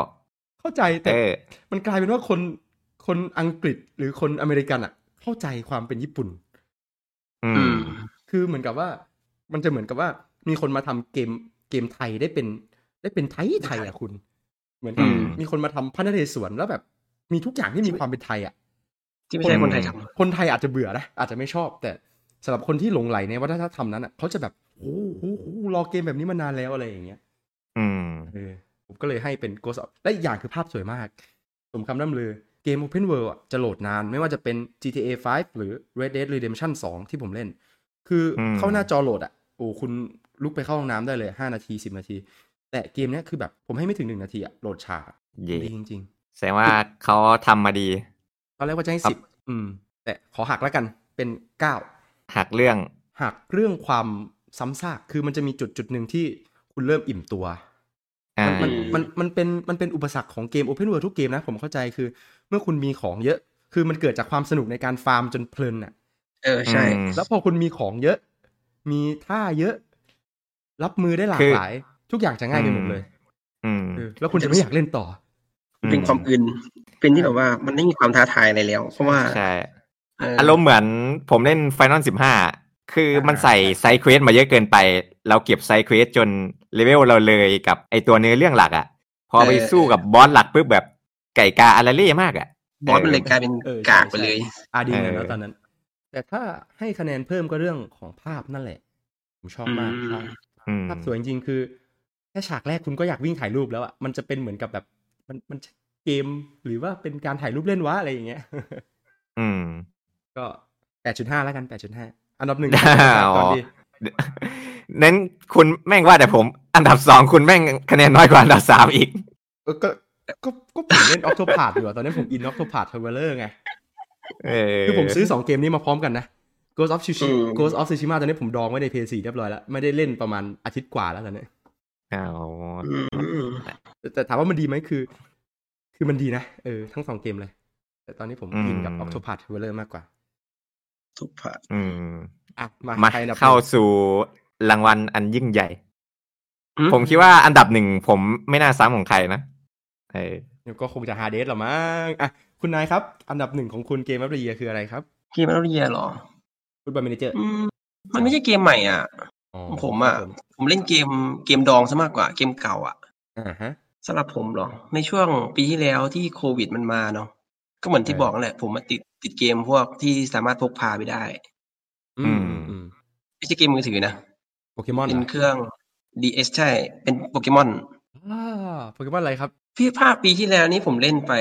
Speaker 1: เข้าใจแต่
Speaker 2: เออ
Speaker 1: มันกลายเป็นว่าคนคนอังกฤษหรือคนอเมริกันอ่ะ เข้าใจความเป็นญี่ปุ่น
Speaker 2: อื
Speaker 3: อื
Speaker 2: ม
Speaker 3: ม
Speaker 1: คือเหมือนกับว่า มันจะเหมือนกับว่า มีคนมาทำเกมเกมไทยได้เป็น ได้เป็นไทยไทยอ่ะคุณ เหมือนกับ
Speaker 3: อืม
Speaker 1: มีคนมาทำพระนเรศวรแล้วแบบ มีทุกอย่างที่มีความเป็นไทยอ่ะ
Speaker 3: ที่ไม่ใช่คนไทยท
Speaker 1: คนไทยอาจจะเบื่อนะอาจจะไม่ชอบ แต่สำหรับคนที่หลงไหลในวัฒนธรรมนั้นอ่ะเขาจะแบบโอ้โหรอเกมแบบนี้มานานแล้วอะไรอย่างเงี้ย
Speaker 2: อืม
Speaker 1: เออผมก็เลยให้เป็น Ghost of และอีกอย่างคือภาพสวยมาก สมคำร่ำลือเกม Open World อะจะโหลดนาน ไม่ว่าจะเป็น GTA 5 หรือ Red Dead Redemption 2 ที่ผมเล่น คืออ
Speaker 2: ม
Speaker 1: เข้าหน้าจอโหลดอ่ะ โอ้คุณลุกไปเข้าห้องน้ำได้เลย 5 นาที 10 นาที แต่เกมเนี้ยคือแบบผมให้ไม่ถึง 1 นาทีอะโหลดช้า
Speaker 2: เย่
Speaker 1: ดีจริง
Speaker 2: แสดงว่าเขาทำมาดี
Speaker 1: ๆ ตอนแรกว่าจะให้
Speaker 2: ครับ
Speaker 1: 10 อืม แต่ขอหักแล้วกันเป็น 9
Speaker 2: หักเรื่อง
Speaker 1: หากเรื่องความซ้ำซากคือมันจะมีจุดจุดหนึ่งที่คุณเริ่มอิ่มตัว
Speaker 2: อ่า
Speaker 1: มันมันมันมันเป็นมันเป็นอุปสรรคของเกม Open World ทุกเกมนะผมเข้าใจคือ เมื่อคุณมีของเยอะ คือมันเกิดจากความสนุกในการฟาร์มจนเพลินน่ะ
Speaker 3: ำเออใช่
Speaker 2: อืม
Speaker 1: แล้วพอคุณมีของเยอะ มีท่าเยอะ รับมือได้หลากหลาย ทุกอย่างจะง่ายไปหมดเลย
Speaker 2: อืม
Speaker 1: เออแล้วคุณจะไม่อยากเล่นต่อ
Speaker 3: เป็นความอื่น เป็นที่แบบว่ามันไม่มีความท้าทายอะไรแล้ว เพราะว่า
Speaker 2: ใช่
Speaker 3: เอออ
Speaker 2: อารมณ์เหมือนผมเล่น Final 15 คือมันใส่ไซด์เควสมาเยอะเกินไป เราเก็บไซด์เควสจนเลเวลเราเลยกับไอตัวเนื้อเรื่องหลักอะ่ะ พอไป
Speaker 3: เออ
Speaker 2: สู้กับบอสหลักปุ๊บแบบไก่กาอะไรเล่มากอะ่ะ
Speaker 3: บอสมันเลยกลายเป็น
Speaker 1: เออใช่
Speaker 3: กากไปเลย
Speaker 1: อาดี
Speaker 2: เออ
Speaker 1: เลยนะตอนนั้น แต่ถ้าให้คะแนนเพิ่มก็เรื่องของภาพนั่นแหละ ผมชอบมาก
Speaker 3: อืม
Speaker 1: ภาพ
Speaker 2: อืม
Speaker 1: ภาพสวยจริงๆ คือแค่ฉากแรกคุณก็อยากวิ่งถ่ายรูปแล้วอ่ะ มันจะเป็นเหมือนกับแบบ มันมันเกมหรือว่าเป็นการถ่ายรูปเล่นวะอะไรอย่างเงี้ย
Speaker 2: อืม
Speaker 1: ก็แปดจุดห้าแล้วกันแปดจุดห้าอันดับหนึ่ง
Speaker 2: [LAUGHS] อ๋อ
Speaker 1: ก่อนดี
Speaker 2: นั้นคุณแม่งว่าแต่ผมอันดับสองคุณแม่งคะแนนน้อยกว่าอันดับสามอีก
Speaker 1: เออก็ก็ก็ผมเล่นออ t โตพาดอยู่อะตอนนี้ผมอินออ t โตพาดเทเวลเลอร์ไง
Speaker 2: เออ
Speaker 1: คือผมซื้อสองเกมนี้มาพร้อมกันนะ Ghost of
Speaker 3: อื
Speaker 1: Tsushima
Speaker 3: ม
Speaker 1: Ghost of Tsushima ตอนนี้ผมดองไว้ใน PS4 เรียบร้อยแล้ว ไม่ได้เล่นประมาณอาทิตย์กว่าแล้วตอนนี้
Speaker 2: อ้าว
Speaker 3: อืม
Speaker 1: แต่แต่ถามว่ามันดีไหมคือ คือมันดีนะ เออ ทั้งสองเกมเลย แต่ตอนนี้ผมอินกับ Octopath Traveler มากกว่า
Speaker 3: ทุกผา
Speaker 2: อืม
Speaker 1: อ่ะ มา
Speaker 2: มา
Speaker 1: ใครอันดับหนึ่ง
Speaker 2: เข้าสู่รางวัลอันยิ่งใหญ่
Speaker 3: อืม
Speaker 2: ผมคิดว่าอันดับหนึ่งผมไม่น่าซ้ำของใครนะเออ
Speaker 1: เดี๋ยวก็คงจะฮาเดสหรอมั้งอ่ะคุณนายครับ อันดับหนึ่งของคุณเกมแอปเรียคืออะไรครับ
Speaker 3: เกมแอลเรียเหรอ
Speaker 1: ฟุตบอลเมนเจอร์
Speaker 3: อืมมันไม่ใช่เกมใหม่อ่ะ ผมอะ ผมเล่นเกมเกมดองซะมากกว่าเกมเก่าอ่ะ
Speaker 1: อ่าฮะ
Speaker 3: สำหรับผมเหรอ ในช่วงปีที่แล้วที่โควิดมันมาเนาะก็เหมือนที่
Speaker 1: ใช่
Speaker 3: บอกนั่นแหละ ผมมาติดติดเกมพวกที่สามารถพกพาไปได้
Speaker 1: อืมอืม
Speaker 3: ไม่ใช่เกมมือถือนะ
Speaker 1: โปเกมอน
Speaker 3: เป็
Speaker 1: เหร
Speaker 3: น
Speaker 1: อ
Speaker 3: เครื่อง DS ใช่ เป็นโปเกมอน
Speaker 1: อ่าโปเกมอนอะไรครับ
Speaker 3: พี่ภาคปีที่แล้วนี้ผมเล่นไป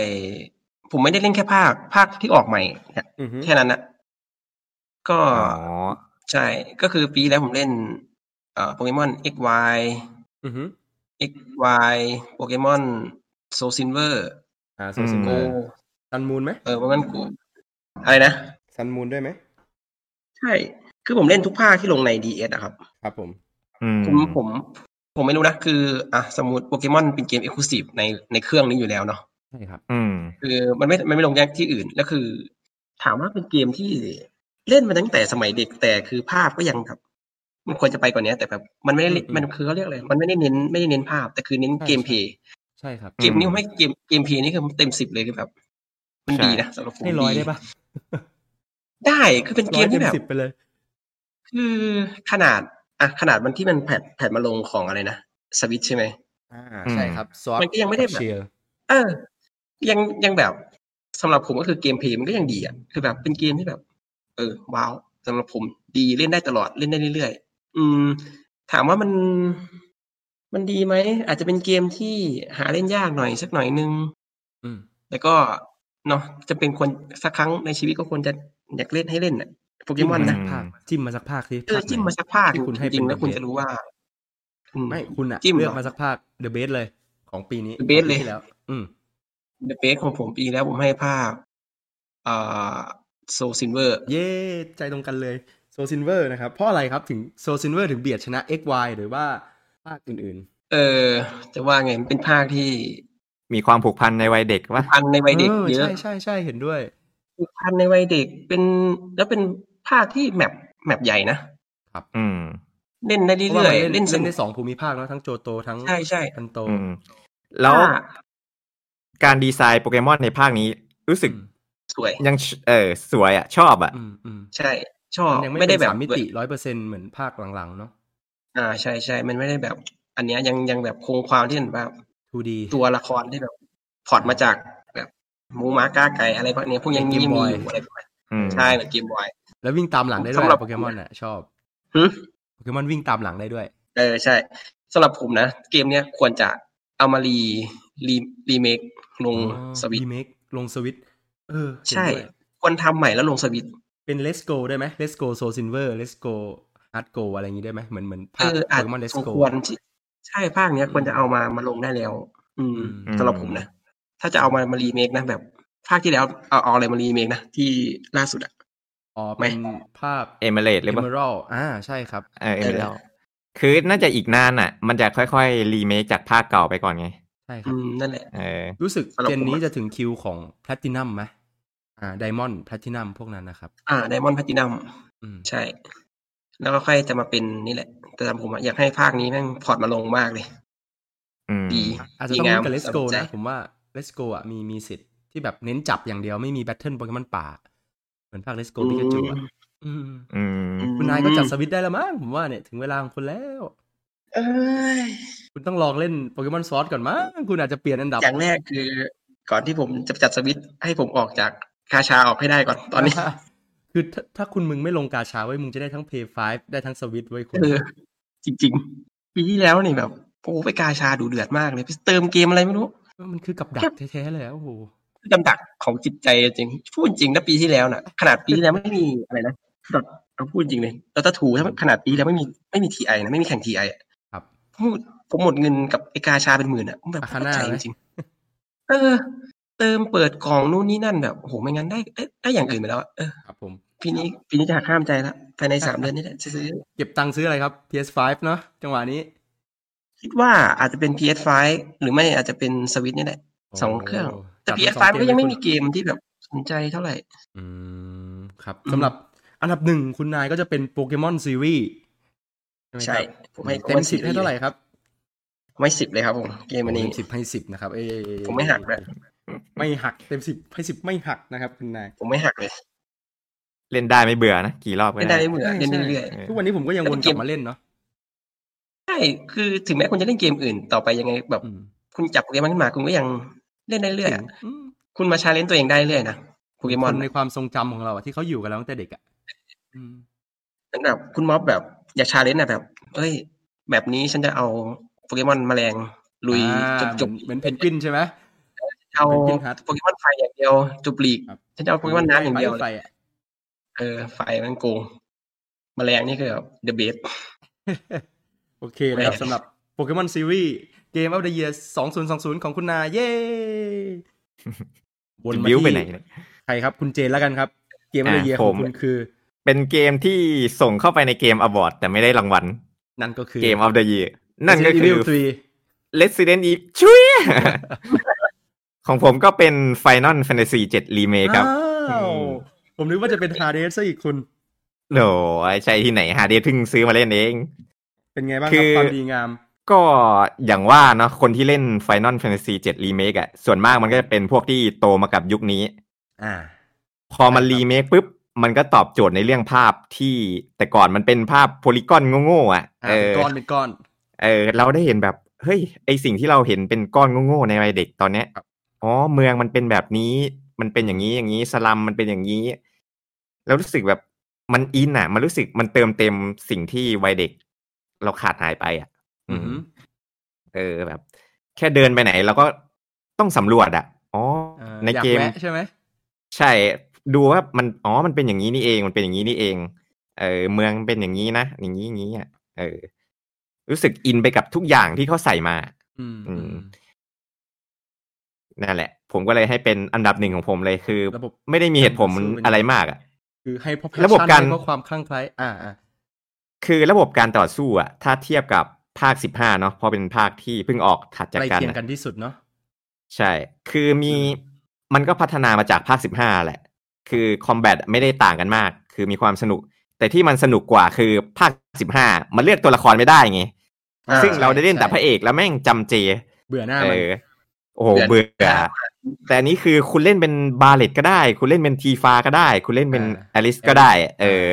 Speaker 3: ผมไม่ได้เล่นแค่ภาค ภาคที่ออกใหม่นะ
Speaker 1: อือฮึ
Speaker 3: แค่นั้นนะก็
Speaker 2: อ๋อ
Speaker 3: ใช่ ก็คือปีแล้วผมเล่นเอ่อโปเกมอน XY
Speaker 1: อือฮึ
Speaker 3: XY โปเกมอนโซซินเวอร์
Speaker 1: อ่าโซซิ
Speaker 3: โก
Speaker 1: โกซันมูนไหม
Speaker 3: เออโปเกมอนโกอะไรนะ
Speaker 1: ซันมูนด้วยไหม
Speaker 3: ใช่ คือผมเล่นทุกภาคที่ลงใน DS อะครับ
Speaker 1: ครับผม
Speaker 2: อืม
Speaker 3: ผมผม ผมไม่รู้นะ คืออ่ะสมมติโปเกมอนเป็นเกมเอ็กซ์คลูซีฟในในเครื่องนี้อยู่แล้วเนาะ
Speaker 1: ใช่ครับ
Speaker 2: อืม
Speaker 3: คือมันไม่ มันไม่ลงแยกที่อื่น แล้วคือ ถามว่าเป็นเกมที่เล่นมาตั้งแต่สมัยเด็กแต่คือภาพก็ยังแบบมันควรจะไปกว่านี้แต่แบบมันไม่ได้เล่นมันคือเขาเรียกอะไร มันไม่ได้เน้นไม่ได้เน้นภาพ แต่คือเน้นเกมเพลย์
Speaker 1: ใช่ครับ
Speaker 3: เกมนี้ผมให้เกมเกมเพลย์นี่คือเต็มสิบเลยคือแบบ มัน
Speaker 2: ใช่
Speaker 3: ดีนะสำหรับผม
Speaker 1: ให้ร้อยได้ปะ
Speaker 3: ได้คือเป็นเกมที่
Speaker 1: ร้อ
Speaker 3: แบ
Speaker 1: ย
Speaker 3: บ
Speaker 1: ต็สิบไปเลย
Speaker 3: คือขนาดอ่ะขนาดมันที่มันแผ่นแผ่นมาลงของอะไรนะสวิตใช่ไหม
Speaker 1: อ่า
Speaker 2: อืม
Speaker 1: ใช่ครับซอส
Speaker 3: มันก็ยังไม่ได้แบบ
Speaker 1: เชียร์
Speaker 3: เออ ยังยังแบบสำหรับผมก็คือเกมเพลย์มันก็ยังดีอ่ะคือแบบเป็นเกมที่แบบ เออ ว้าวสำหรับผมดีเล่นได้ตลอดเล่นได้เรื่อยๆอืม ถามว่ามัน มันดีไหมอาจจะเป็นเกมที่หาเล่นยากหน่อยสักหน่อยนึง
Speaker 1: อืม
Speaker 3: แล้วก็เนาะจะเป็นคนสักครั้งในชีวิตก็ควรจะอยากเล่นให้เล่นน่ะโปเกมอนนะ
Speaker 2: อืม
Speaker 1: ภาคจิ้มมาสักภาคสิ
Speaker 3: เออ
Speaker 1: ภคไหน
Speaker 3: จิ้มมาสักภาค
Speaker 1: ที่คุณให้
Speaker 3: จริงๆ
Speaker 1: เป็น
Speaker 3: แล้วคุณจะรู้ว่าอืม
Speaker 1: ไม่คุณอะ
Speaker 3: จิ้มเหรอ
Speaker 1: เลือกมาสักภาคเดอะเบสเลย ของปีนี้
Speaker 3: The Best เลย
Speaker 1: ของปีที่แล้ว อืม
Speaker 3: The Best ของผมปีแล้วผมให้ภาคอ่าโซซินเวอร์
Speaker 1: เย้ใจตรงกันเลยโซซินเวอร์นะครับ เพราะอะไรครับถึงโซซินเวอร์ถึงเบียดชนะ XY หรือว่าภาคอื่น
Speaker 3: เออ จะว่าไงมันเป็นภาคที่
Speaker 2: มีความผูกพันในวัยเด็กวะ
Speaker 3: พันใน
Speaker 1: ๆ
Speaker 3: วัยเด็ก
Speaker 1: ออ
Speaker 3: เยอะ
Speaker 1: ใช่ใช่ใช่เห็นด้วย
Speaker 3: พันในวัยเด็กเป็นแล้วเป็นภาคที่แมปแมปใหญ่นะ
Speaker 2: อืม
Speaker 3: เล่นได้
Speaker 1: เพราะ
Speaker 3: เรื่
Speaker 1: ว่า
Speaker 3: อย
Speaker 1: มันเล่
Speaker 3: ๆเล่
Speaker 1: น
Speaker 3: นส
Speaker 1: เล่น
Speaker 3: นุ
Speaker 1: ได้
Speaker 3: ก
Speaker 1: สองภูมิภาคเนอะทั้งโจโตทั้ง
Speaker 3: ใช่ใช่
Speaker 1: คันโต
Speaker 2: อืม แล้ว
Speaker 3: ภาค
Speaker 2: การดีไซน์โปเกมอนในภาคนี้รู้สึก
Speaker 1: อืม
Speaker 3: สวย
Speaker 2: ยังชเออสวยอ่ะ ชอบอ่ะ
Speaker 1: อืมอืม
Speaker 3: ใช่ ชอบ
Speaker 1: มันยังไม่
Speaker 3: ไม่
Speaker 1: ได้
Speaker 3: ได้
Speaker 1: แบ
Speaker 3: แบบ บ
Speaker 1: มิติร้อยเปอร์เซ็นเหมือนภาคหลังๆเนาะ
Speaker 3: อ่าใช่ใช่ มันไม่ได้แบบ อันเนี้ยยังยังแบบคงความที่มันแบบ
Speaker 1: 2D
Speaker 3: ตัวละครที่แบบพอร์ตมาจากแบบหมูหม้าก้าไก่อะไรพวกเนี้ยพวกยังมียังมีอยู่อะไรประมาณ
Speaker 2: อืม
Speaker 3: ใช่เหมือนเกมบอย
Speaker 1: แล้ววิ่งตามหลังได้ด้ว
Speaker 3: สำหรั
Speaker 1: ย
Speaker 3: บ
Speaker 1: โปเกมอนอ่ะ ชอบ
Speaker 3: หึ
Speaker 1: โปเกมอนวิ่งตามหลังได้ด้วย
Speaker 3: เออใช่สำหรับผมนะ เกมเนี้ยควรจะเอามารีรีรีเมคลงสวิต
Speaker 1: e m a k e ลงสวิตช์เออเห็น
Speaker 3: ใช่
Speaker 1: ด้วย
Speaker 3: ควรทำใหม่แล้วลงสวิต
Speaker 1: เป็น Let's Go ได้ไหม Let's Go Soul Silver Let's Go Hard Go อะไรอย่างนี้ได้ไหมเหมือนเหมือน
Speaker 3: เอ
Speaker 1: ภาคโป
Speaker 3: ออาจ
Speaker 1: เกมอน Let's
Speaker 3: สม
Speaker 1: Go
Speaker 3: ควรที่ใช่ภาคเนี้ยควรจะเอามามาลงได้แล้ว อืม
Speaker 1: อืม
Speaker 3: สำหรับผมนะ ถ้าจะเอามามารีเมคนะแบบ ภาคที่แล้วเอาเอาอะไรมารีเมคนะที่ล่าสุดอะ
Speaker 1: อ๋อเป็นภาค
Speaker 2: เอเมเรตหรือเปล่า
Speaker 1: Emerald อ่าใช่ครับ
Speaker 2: เออเอ
Speaker 3: เอ
Speaker 2: เม
Speaker 3: อ
Speaker 2: เรตคือน่าจะอีกนานอ่ะ มันจะค่อยๆ รีเมคจากภาคเก่าไปก่อนไง
Speaker 1: ใช่ครั
Speaker 3: อื
Speaker 1: บ
Speaker 3: มนั่นแหละ
Speaker 2: เออ
Speaker 1: รู้สึก
Speaker 3: สำหรับ
Speaker 1: เจน
Speaker 3: ผม
Speaker 1: นี้
Speaker 3: อะ
Speaker 1: จะถึงคิวของ Platinum ไหมอ่า Diamond Platinum พวกนั้นนะครับ
Speaker 3: อ่าไดมอนด์แพตินัม
Speaker 1: อืม
Speaker 3: ใช่ แล้วก็ค่อยจะมาเป็นนี่แหละ แต่สำหรับผมอะอยากให้ภาคนี้แม่งพอร์ตมาลงมากเลย
Speaker 2: อืม
Speaker 3: ดี
Speaker 1: อาจจะ
Speaker 3: ดี
Speaker 1: ต้อง
Speaker 3: งา
Speaker 1: เล่
Speaker 3: ม
Speaker 1: นกับ Let's
Speaker 3: ส
Speaker 1: Go
Speaker 3: ใจ
Speaker 1: นะ ผมว่า Let's Go อ่ะมีมีสิทธิ์ที่แบบเน้นจับอย่างเดียวไม่มีแบทเทิลโปเกมอนป่า เหมือนภาค Let's Go
Speaker 3: อืม
Speaker 1: Pikachu อ่ะอืม
Speaker 2: อืม
Speaker 3: อืม
Speaker 1: คุณนายก็จับสวิตช์ได้แล้วมั้งผมว่าเนี่ยถึงเวลาของคุณแล้ว
Speaker 3: เอ้ย
Speaker 1: คุณต้องลองเล่นโปเกมอนซอสก่อนมั้งคุณอาจจะเปลี่ยนอันดับ
Speaker 3: อย่างแรกคือ ก่อนที่ผมจะจัดสวิตช์ให้ผมออกจากคาชาออกให้ได้ก่อนตอนนี้ [LAUGHS]
Speaker 1: ะ [LAUGHS] คือถ้าถ้าคุณมึงไม่ลงกาชาไว้มึงจะได้ทั้ง Play 5 ได้ทั้งสวิตไว้ยคุณ
Speaker 3: เออ จริง ๆ ปีที่แล้วนี่แบบโอ้ไปกาชาดูเดือดมากเลยไปเติมเกมอะไรไม่รู้
Speaker 1: มันคือกับดักแท้ๆเลยอะโอ้โห
Speaker 3: ดำดักของจิตใจจริงพูดจริงนะปีที่แล้วน่ะ ขนาดปีที่แล้วไม่มีอะไรนะแบบเอาพูดจริงเลยเราตะถูถ้าขนาดปีที่แล้วไม่มีไม่มีทีไอนะไม่มีแข่งทีไอ
Speaker 1: ครับ
Speaker 3: พูดผมหมดเงินกับไอกาชาเป็นหมื่นอ่ะผมแบบ
Speaker 1: อ่ะข้างหน้า
Speaker 3: ใจ
Speaker 1: ไหม
Speaker 3: จริงๆเออ เติมเปิดกล่องนู่นนี่นั่นแบบโอ้โหไม่งั้นได้ได้ได้อย่างอื่นไปแล้วอะเออ
Speaker 1: ครับผม
Speaker 3: ปีนี้ปีนี้จะหักข้ามใจละภายในสามเดือนนี้แหละจะซื้อ
Speaker 1: เก็บตังค์ซื้ออะไรครับ PS5 เนาะจังหวะนี้
Speaker 3: คิดว่าอาจจะเป็น PS5 หรือไม่อาจจะเป็นสวิตนี่แหละ สองเครื่อง
Speaker 1: โ
Speaker 3: แต่
Speaker 1: จัดทั้
Speaker 3: PS5
Speaker 1: สอ
Speaker 3: มัน
Speaker 1: เ
Speaker 3: ก็ยังไม่
Speaker 1: เล
Speaker 3: มี
Speaker 1: คุณ
Speaker 3: เกมที่แบบสนใจเท่าไหร่
Speaker 1: อืมครับ
Speaker 3: อืม
Speaker 1: สำหรับอันดับหนึ่งคุณนายก็จะเป็นโปเกมอนซีรีส์ไหม
Speaker 3: ใช่
Speaker 1: ครับ
Speaker 3: ผมให้
Speaker 1: เต็มสิบให้เท่าไหร่ครับ
Speaker 3: ผมให้สิบเลยครับผมเกมอันนี้
Speaker 1: เต็มสิบให้สิบนะครับเอ้ย
Speaker 3: ผมไม่หักเลย
Speaker 1: ไม่หักเต็มสิบให้สิบไม่หักนะครับคุณนาย
Speaker 3: ผมไม่หักเลย
Speaker 2: เล่นได้ไม่เบื่อนะ กี่รอบก็
Speaker 3: เล่นได้
Speaker 2: ได้
Speaker 3: ไม่เบื่อ
Speaker 1: ใช่
Speaker 3: เล่นได้
Speaker 1: ใช่
Speaker 3: เรื่อย
Speaker 2: เออ
Speaker 1: ทุกวันนี้ผมก็ยังวนกลับมาเล่นเนาะ
Speaker 3: ใช่ คือถึงแม้คุณจะเล่นเกมอื่นต่อไปยังไงแบบ
Speaker 1: อืม
Speaker 3: คุณจับโปเกมอนขึ้นมาคุณก็ยังเล่นได้เรื่อยอะคุณมาชาเลนจ์ตัวเองได้เรื่อยนะโปเกมอน
Speaker 1: คนในความทรงจำของเราอะที่เขาอยู่กันเราตั้งแต่เด็กอะอืม
Speaker 3: เหมือนแบบคุณม็อบแบบอยากชาเลนจ์นะแบบ เอ้ย แบบนี้ฉันจะเอาโปเกมอนแมลงลุย
Speaker 1: อ่า
Speaker 3: จบจบ
Speaker 1: เหมือนเพนกวินใช่ไหม
Speaker 3: เอา
Speaker 1: เหมือนกินฮัท
Speaker 3: โปเกมอนไฟอย่างเดียวจุบลีก
Speaker 1: ครับ
Speaker 3: ฉันจะเอาโปเกมอนน้ำอย่างเดียว
Speaker 1: ไฟอะ
Speaker 3: เออไฟมันโกงแมลงนี่คือแบบเดอะเบส
Speaker 1: โอเคนะครับสำหรับโปเกมอนซีรีส์เกมอัปเดต e a r 2020 ของคุณนา เย้ วนมา
Speaker 2: [LAUGHS] บิ้วไป
Speaker 1: ที่
Speaker 2: ไหนเนี่ย
Speaker 1: ใครครับ คุณเจนแล้วกันครับ เกมอัปเดต e a r
Speaker 2: อ่ะ
Speaker 1: ข
Speaker 2: ผ
Speaker 1: อง
Speaker 2: ม
Speaker 1: คุณคือ
Speaker 2: เป็นเกมที่ส่งเข้าไปในเกมอ w อร์ดแต่ไม่ได้รางวัล
Speaker 1: นั่นก็คือ
Speaker 2: เกมออฟเดอะยีนั่นก็
Speaker 1: Resident
Speaker 2: คือ
Speaker 1: Evil
Speaker 2: Resident Evil ช่วย [LAUGHS] ของผมก็เป็น Final Fantasy 7 Remake
Speaker 1: 3
Speaker 2: ครับ
Speaker 1: อ้าว ผมนึกว่าจะเป็นฮาร์เดสซะอีกคุณ
Speaker 2: โหยใช่ที่ไหนฮาเดทเพิ่งซื้อมาเล่นเอง
Speaker 1: เป็นไงบ้างค
Speaker 2: คื
Speaker 1: รับ
Speaker 2: อ
Speaker 1: ความดีงาม
Speaker 2: ก็อย่างว่าเนาะคนที่เล่น Final Fantasy 7 Remake อะส่วนมากมันก็จะเป็นพวกที่โตมากับยุคนี้
Speaker 1: อ่า
Speaker 2: พอมัน
Speaker 1: ใช่ครับ
Speaker 2: รีเมคปุ๊บ มันก็ตอบโจทย์ในเรื่องภาพที่แต่ก่อนมันเป็นภาพโพลิกอนโง่ๆอ่ะ
Speaker 1: อ่ะ
Speaker 2: เอ
Speaker 1: เป็น
Speaker 2: อ
Speaker 1: ก้อนเป็นก้อน
Speaker 2: เออ เราได้เห็นแบบเฮ้ยไอสิ่งที่เราเห็นเป็นก้อนโง่ๆในวัยเด็กตอนเนี้ย
Speaker 1: ครับ
Speaker 2: อ๋อเมืองมันเป็นแบบนี้ มันเป็นอย่างนี้อย่างนี้สลัมมันเป็นอย่างนี้ แล้วรู้สึกแบบมันอินอ่ะ มันรู้สึกมันเติมเต็มสิ่งที่วัยเด็ก เราขาดหายไปอ่ะ อื
Speaker 1: อื
Speaker 2: ม
Speaker 1: อหือ
Speaker 2: เออแบบ แค่เดินไปไหนเราก็ต้องสำรวจอ่ะอ๋อ
Speaker 1: อ่า
Speaker 2: ใน
Speaker 1: อยา
Speaker 2: เกม
Speaker 1: แวะใช่ไหม
Speaker 2: ใช่ดูว่ามันอ๋อมันเป็นอย่างนี้นี่เองมันเป็นอย่างนี้นี่เอง เออเมืองเป็นอย่างนี้นะอย่างนี้อย่างนี้อ่ะเออ รู้สึกอินไปกับทุกอย่างที่เขาใส่มา
Speaker 1: อืม
Speaker 2: อืม นั่นแหละ ผมก็เลยให้เป็นอันดับหนึ่งของผมเลยคือ
Speaker 1: ระบบ
Speaker 2: ไม่ได้มีเหตุผล
Speaker 1: สู้มัน
Speaker 2: อะไรมากอ่ะ
Speaker 1: คือให้เพราะ
Speaker 2: ระบบ
Speaker 1: passion
Speaker 2: การ
Speaker 1: ให้เพราะความคลั่งไคล้อ่าอ่า
Speaker 2: คือระบบการต่อสู้อ่ะ ถ้าเทียบกับภาคสิบห้าเนาะเพราะเป็นภาคที่เพิ่งออกถัด
Speaker 1: ใก
Speaker 2: จาก
Speaker 1: ล้
Speaker 2: กัน
Speaker 1: เคียง
Speaker 2: อะ
Speaker 1: กันที่สุดเนาะ
Speaker 2: ใช่ คือมี
Speaker 1: อืม
Speaker 2: มันก็พัฒนามาจากภาคสิบห้าแหละ คือคอมแบทไม่ได้ต่างกันมาก คือมีความสนุก แต่ที่มันสนุกกว่าคือภาคสิบห้ามันเลือกตัวละครไม่ได้ไง
Speaker 3: อ่า
Speaker 2: ซึ่งเราได้เล่นแต่พระเอกแล้วแม่งจำเจ
Speaker 1: เบื่อหน้า
Speaker 2: เอ
Speaker 1: มัน
Speaker 2: อ โอ้โห
Speaker 3: เบื่
Speaker 2: เบื่
Speaker 3: อ
Speaker 2: อ แต่อันนี้คือคุณเล่นเป็นบาเลตก็ได้ คุณเล่นเป็นทีฟาก็ได้ คุณเล่นเป็น
Speaker 1: อ่า
Speaker 2: อลิสก็ได้ เออ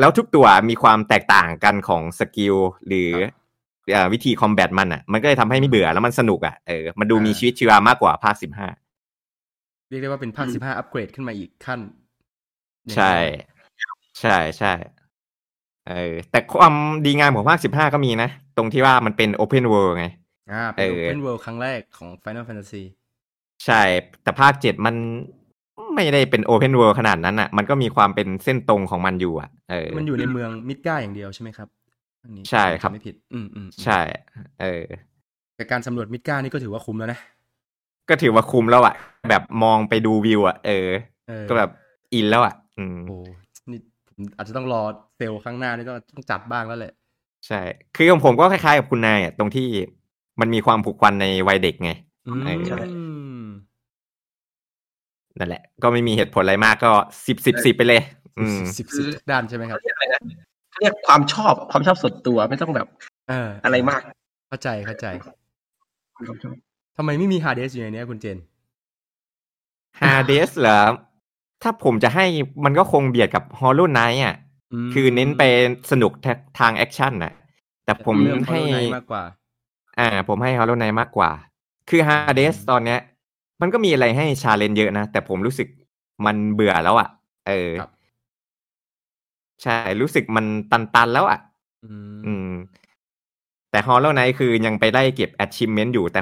Speaker 2: แล้วทุกตัวมีความแตกต่างกันของสกิลหรือ
Speaker 1: ครับ
Speaker 2: เอ่อวิธีคอมแบทมันอ่ะ มันก็เลยทำให้ไม่เบื่อแล้วมันสนุกอ่ะ เออ มันดูมี
Speaker 1: อ่า
Speaker 2: ชีวิตชีวามากกว่าภาคสิบห้า
Speaker 1: เรียกได้ว่าเป็นภาค
Speaker 3: อืม
Speaker 1: สิบห้าอัปเกรดขึ้นมาอีกขั้น
Speaker 2: ใช่ ใช่ใช่เออ แต่ความดีงามของภาคสิบห้าก็มีนะ ตรงที่ว่ามันเป็นโอเพนเวิ d ไง
Speaker 1: อ่าเป็น
Speaker 2: เออ
Speaker 1: Open World ครั้งแรกของ Final Fantasy
Speaker 2: ใช่ แต่ภาคเจ็ดมันไม่ได้เป็นโอเพนเวิ d ขนาดนั้นอ่ะ มันก็มีความเป็นเส้นตรงของมันอยู่อ่ะเออ
Speaker 1: มันอยู่ในเมืองมิดก้าอย่างเดียวใช่ไหมครับอันนี้
Speaker 2: ใช่ครับ
Speaker 1: ผมจำไม่ผิด อืมอืมอืม
Speaker 2: ใช่ เออ
Speaker 1: แต่การสำรวจมิดก้านี่ก็ถือว่าคุ้มแล้วนะ
Speaker 2: ก็ถือว่าคุ้มแล้วอ่ะ แบบมองไปดูวิวอ่ะ เออ
Speaker 1: เออ
Speaker 2: ก็แบบอินแล้วอ่ะ อืม
Speaker 1: โอ้นี่ผมอาจจะต้องรอเซลล์ข้างหน้านี่ต้องต้องจัดบ้างแล้วแหละ
Speaker 2: ใช่ คือของผมก็คล้ายๆกับคุณนายอ่ะ ตรงที่มันมีความผูกพันในวัยเด็กไง
Speaker 1: อืม
Speaker 2: เออใช่ นั่นแหละ ก็ไม่มีเหตุผลอะไรมากก็สิบสิบสิบไปเลย อืม
Speaker 1: สิบสิบสิบด้านใช่ไหมครับ
Speaker 3: เรียกอะไรนะเรียกความชอบความชอบส่วนตัวไม่ต้องแบบ
Speaker 1: เอออะ
Speaker 3: อะไรมาก
Speaker 1: เข้าใจเข้าใจ
Speaker 3: ความชอบ
Speaker 1: ทำไมไม่มีฮาร์ดเดสอยู่ในเนี้ยคุณเจน
Speaker 2: ฮาเดสเหรอ ถ้าผมจะให้มันก็คงเบียดกับฮอล o w ไน h t อ่ะ
Speaker 1: ม
Speaker 2: คือเน้นไปสนุกทางแอคชั่นน่ะ แต่ผม
Speaker 1: เลือก
Speaker 2: ให้
Speaker 1: Hollow Knight มากกว่า
Speaker 2: อ่า ผมให้ฮอล o w ไน h t มากกว่า คือฮาเดสตอนเนี้ย มันก็มีอะไรให้ชาเลนเยอะนะ แต่ผมรู้สึกมันเบื่อแล้วอ่ะ เออ
Speaker 1: ครับ
Speaker 2: ใช่ รู้สึกมันตันๆแล้วอ่ะ
Speaker 1: อื
Speaker 2: อื
Speaker 1: ม
Speaker 2: ม แต่ฮอล o w ไน h t คือยังไปไล่เก็บ achievement อยู่ แต่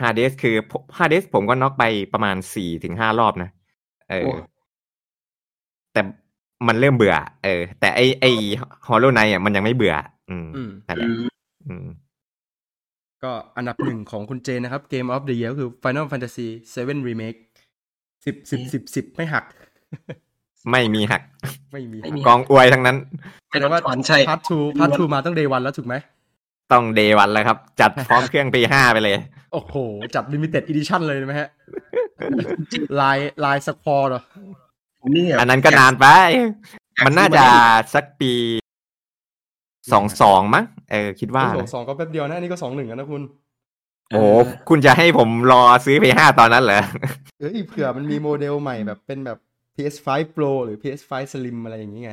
Speaker 2: ฮาเดสคือฮาเดสผมก็น็อกไปประมาณสี่ถึงห้ารอบนะ เออ แต่มันเริ่มเบื่อ เออ แต่ไอไอฮอลโลไนอ่ะมันยังไม่เบื่อ อืม
Speaker 1: อืม
Speaker 2: นั่นแห
Speaker 3: อื
Speaker 2: ละ
Speaker 3: ม
Speaker 2: อืม
Speaker 1: ก็อันดับหนึ่งของคุณเจนนะครับ Game of the Year คือ Final Fantasy 7 Remake สิบสิบสิบสิบไม่หัก
Speaker 2: ไม่มีหัก
Speaker 1: ไม่มี
Speaker 3: ไม่มี
Speaker 2: กองอวยทั้งนั้น
Speaker 3: เป็นวันถอนใช่
Speaker 1: พาร์ททูพาร์ททูมาตั้งเดวันแล้วถูกไหม
Speaker 2: ต้องเดวันแล้วครับ จัดพร้อม [LAUGHS] เครื่อง p 5ไปเลย
Speaker 1: โอ้โห จัด Limited Edition เลย
Speaker 3: [LAUGHS]
Speaker 1: ไหมฮะ ลายลายสควอร์เหรอ
Speaker 3: นี่แบบ
Speaker 2: อันนั้นก็นานไป
Speaker 3: อยก
Speaker 2: มันน่าจะสักปีสองสองมั้ง เออ คิดว่า
Speaker 1: สอ
Speaker 2: นะ
Speaker 1: งสองก็แป๊บเดียวนะ อันนี้ก็สองหนึ่งแล้วนะคุณ
Speaker 2: โอ้โหคุณจะให้ผมรอซื้อ p 5ตอนนั้นเหรอ
Speaker 1: เอ้ยเผื่อมันมีโมเดลใหม่แบบเป็นแบบ PS5 Pro หรือ PS5 Slim อะไรอย่างนี้ไง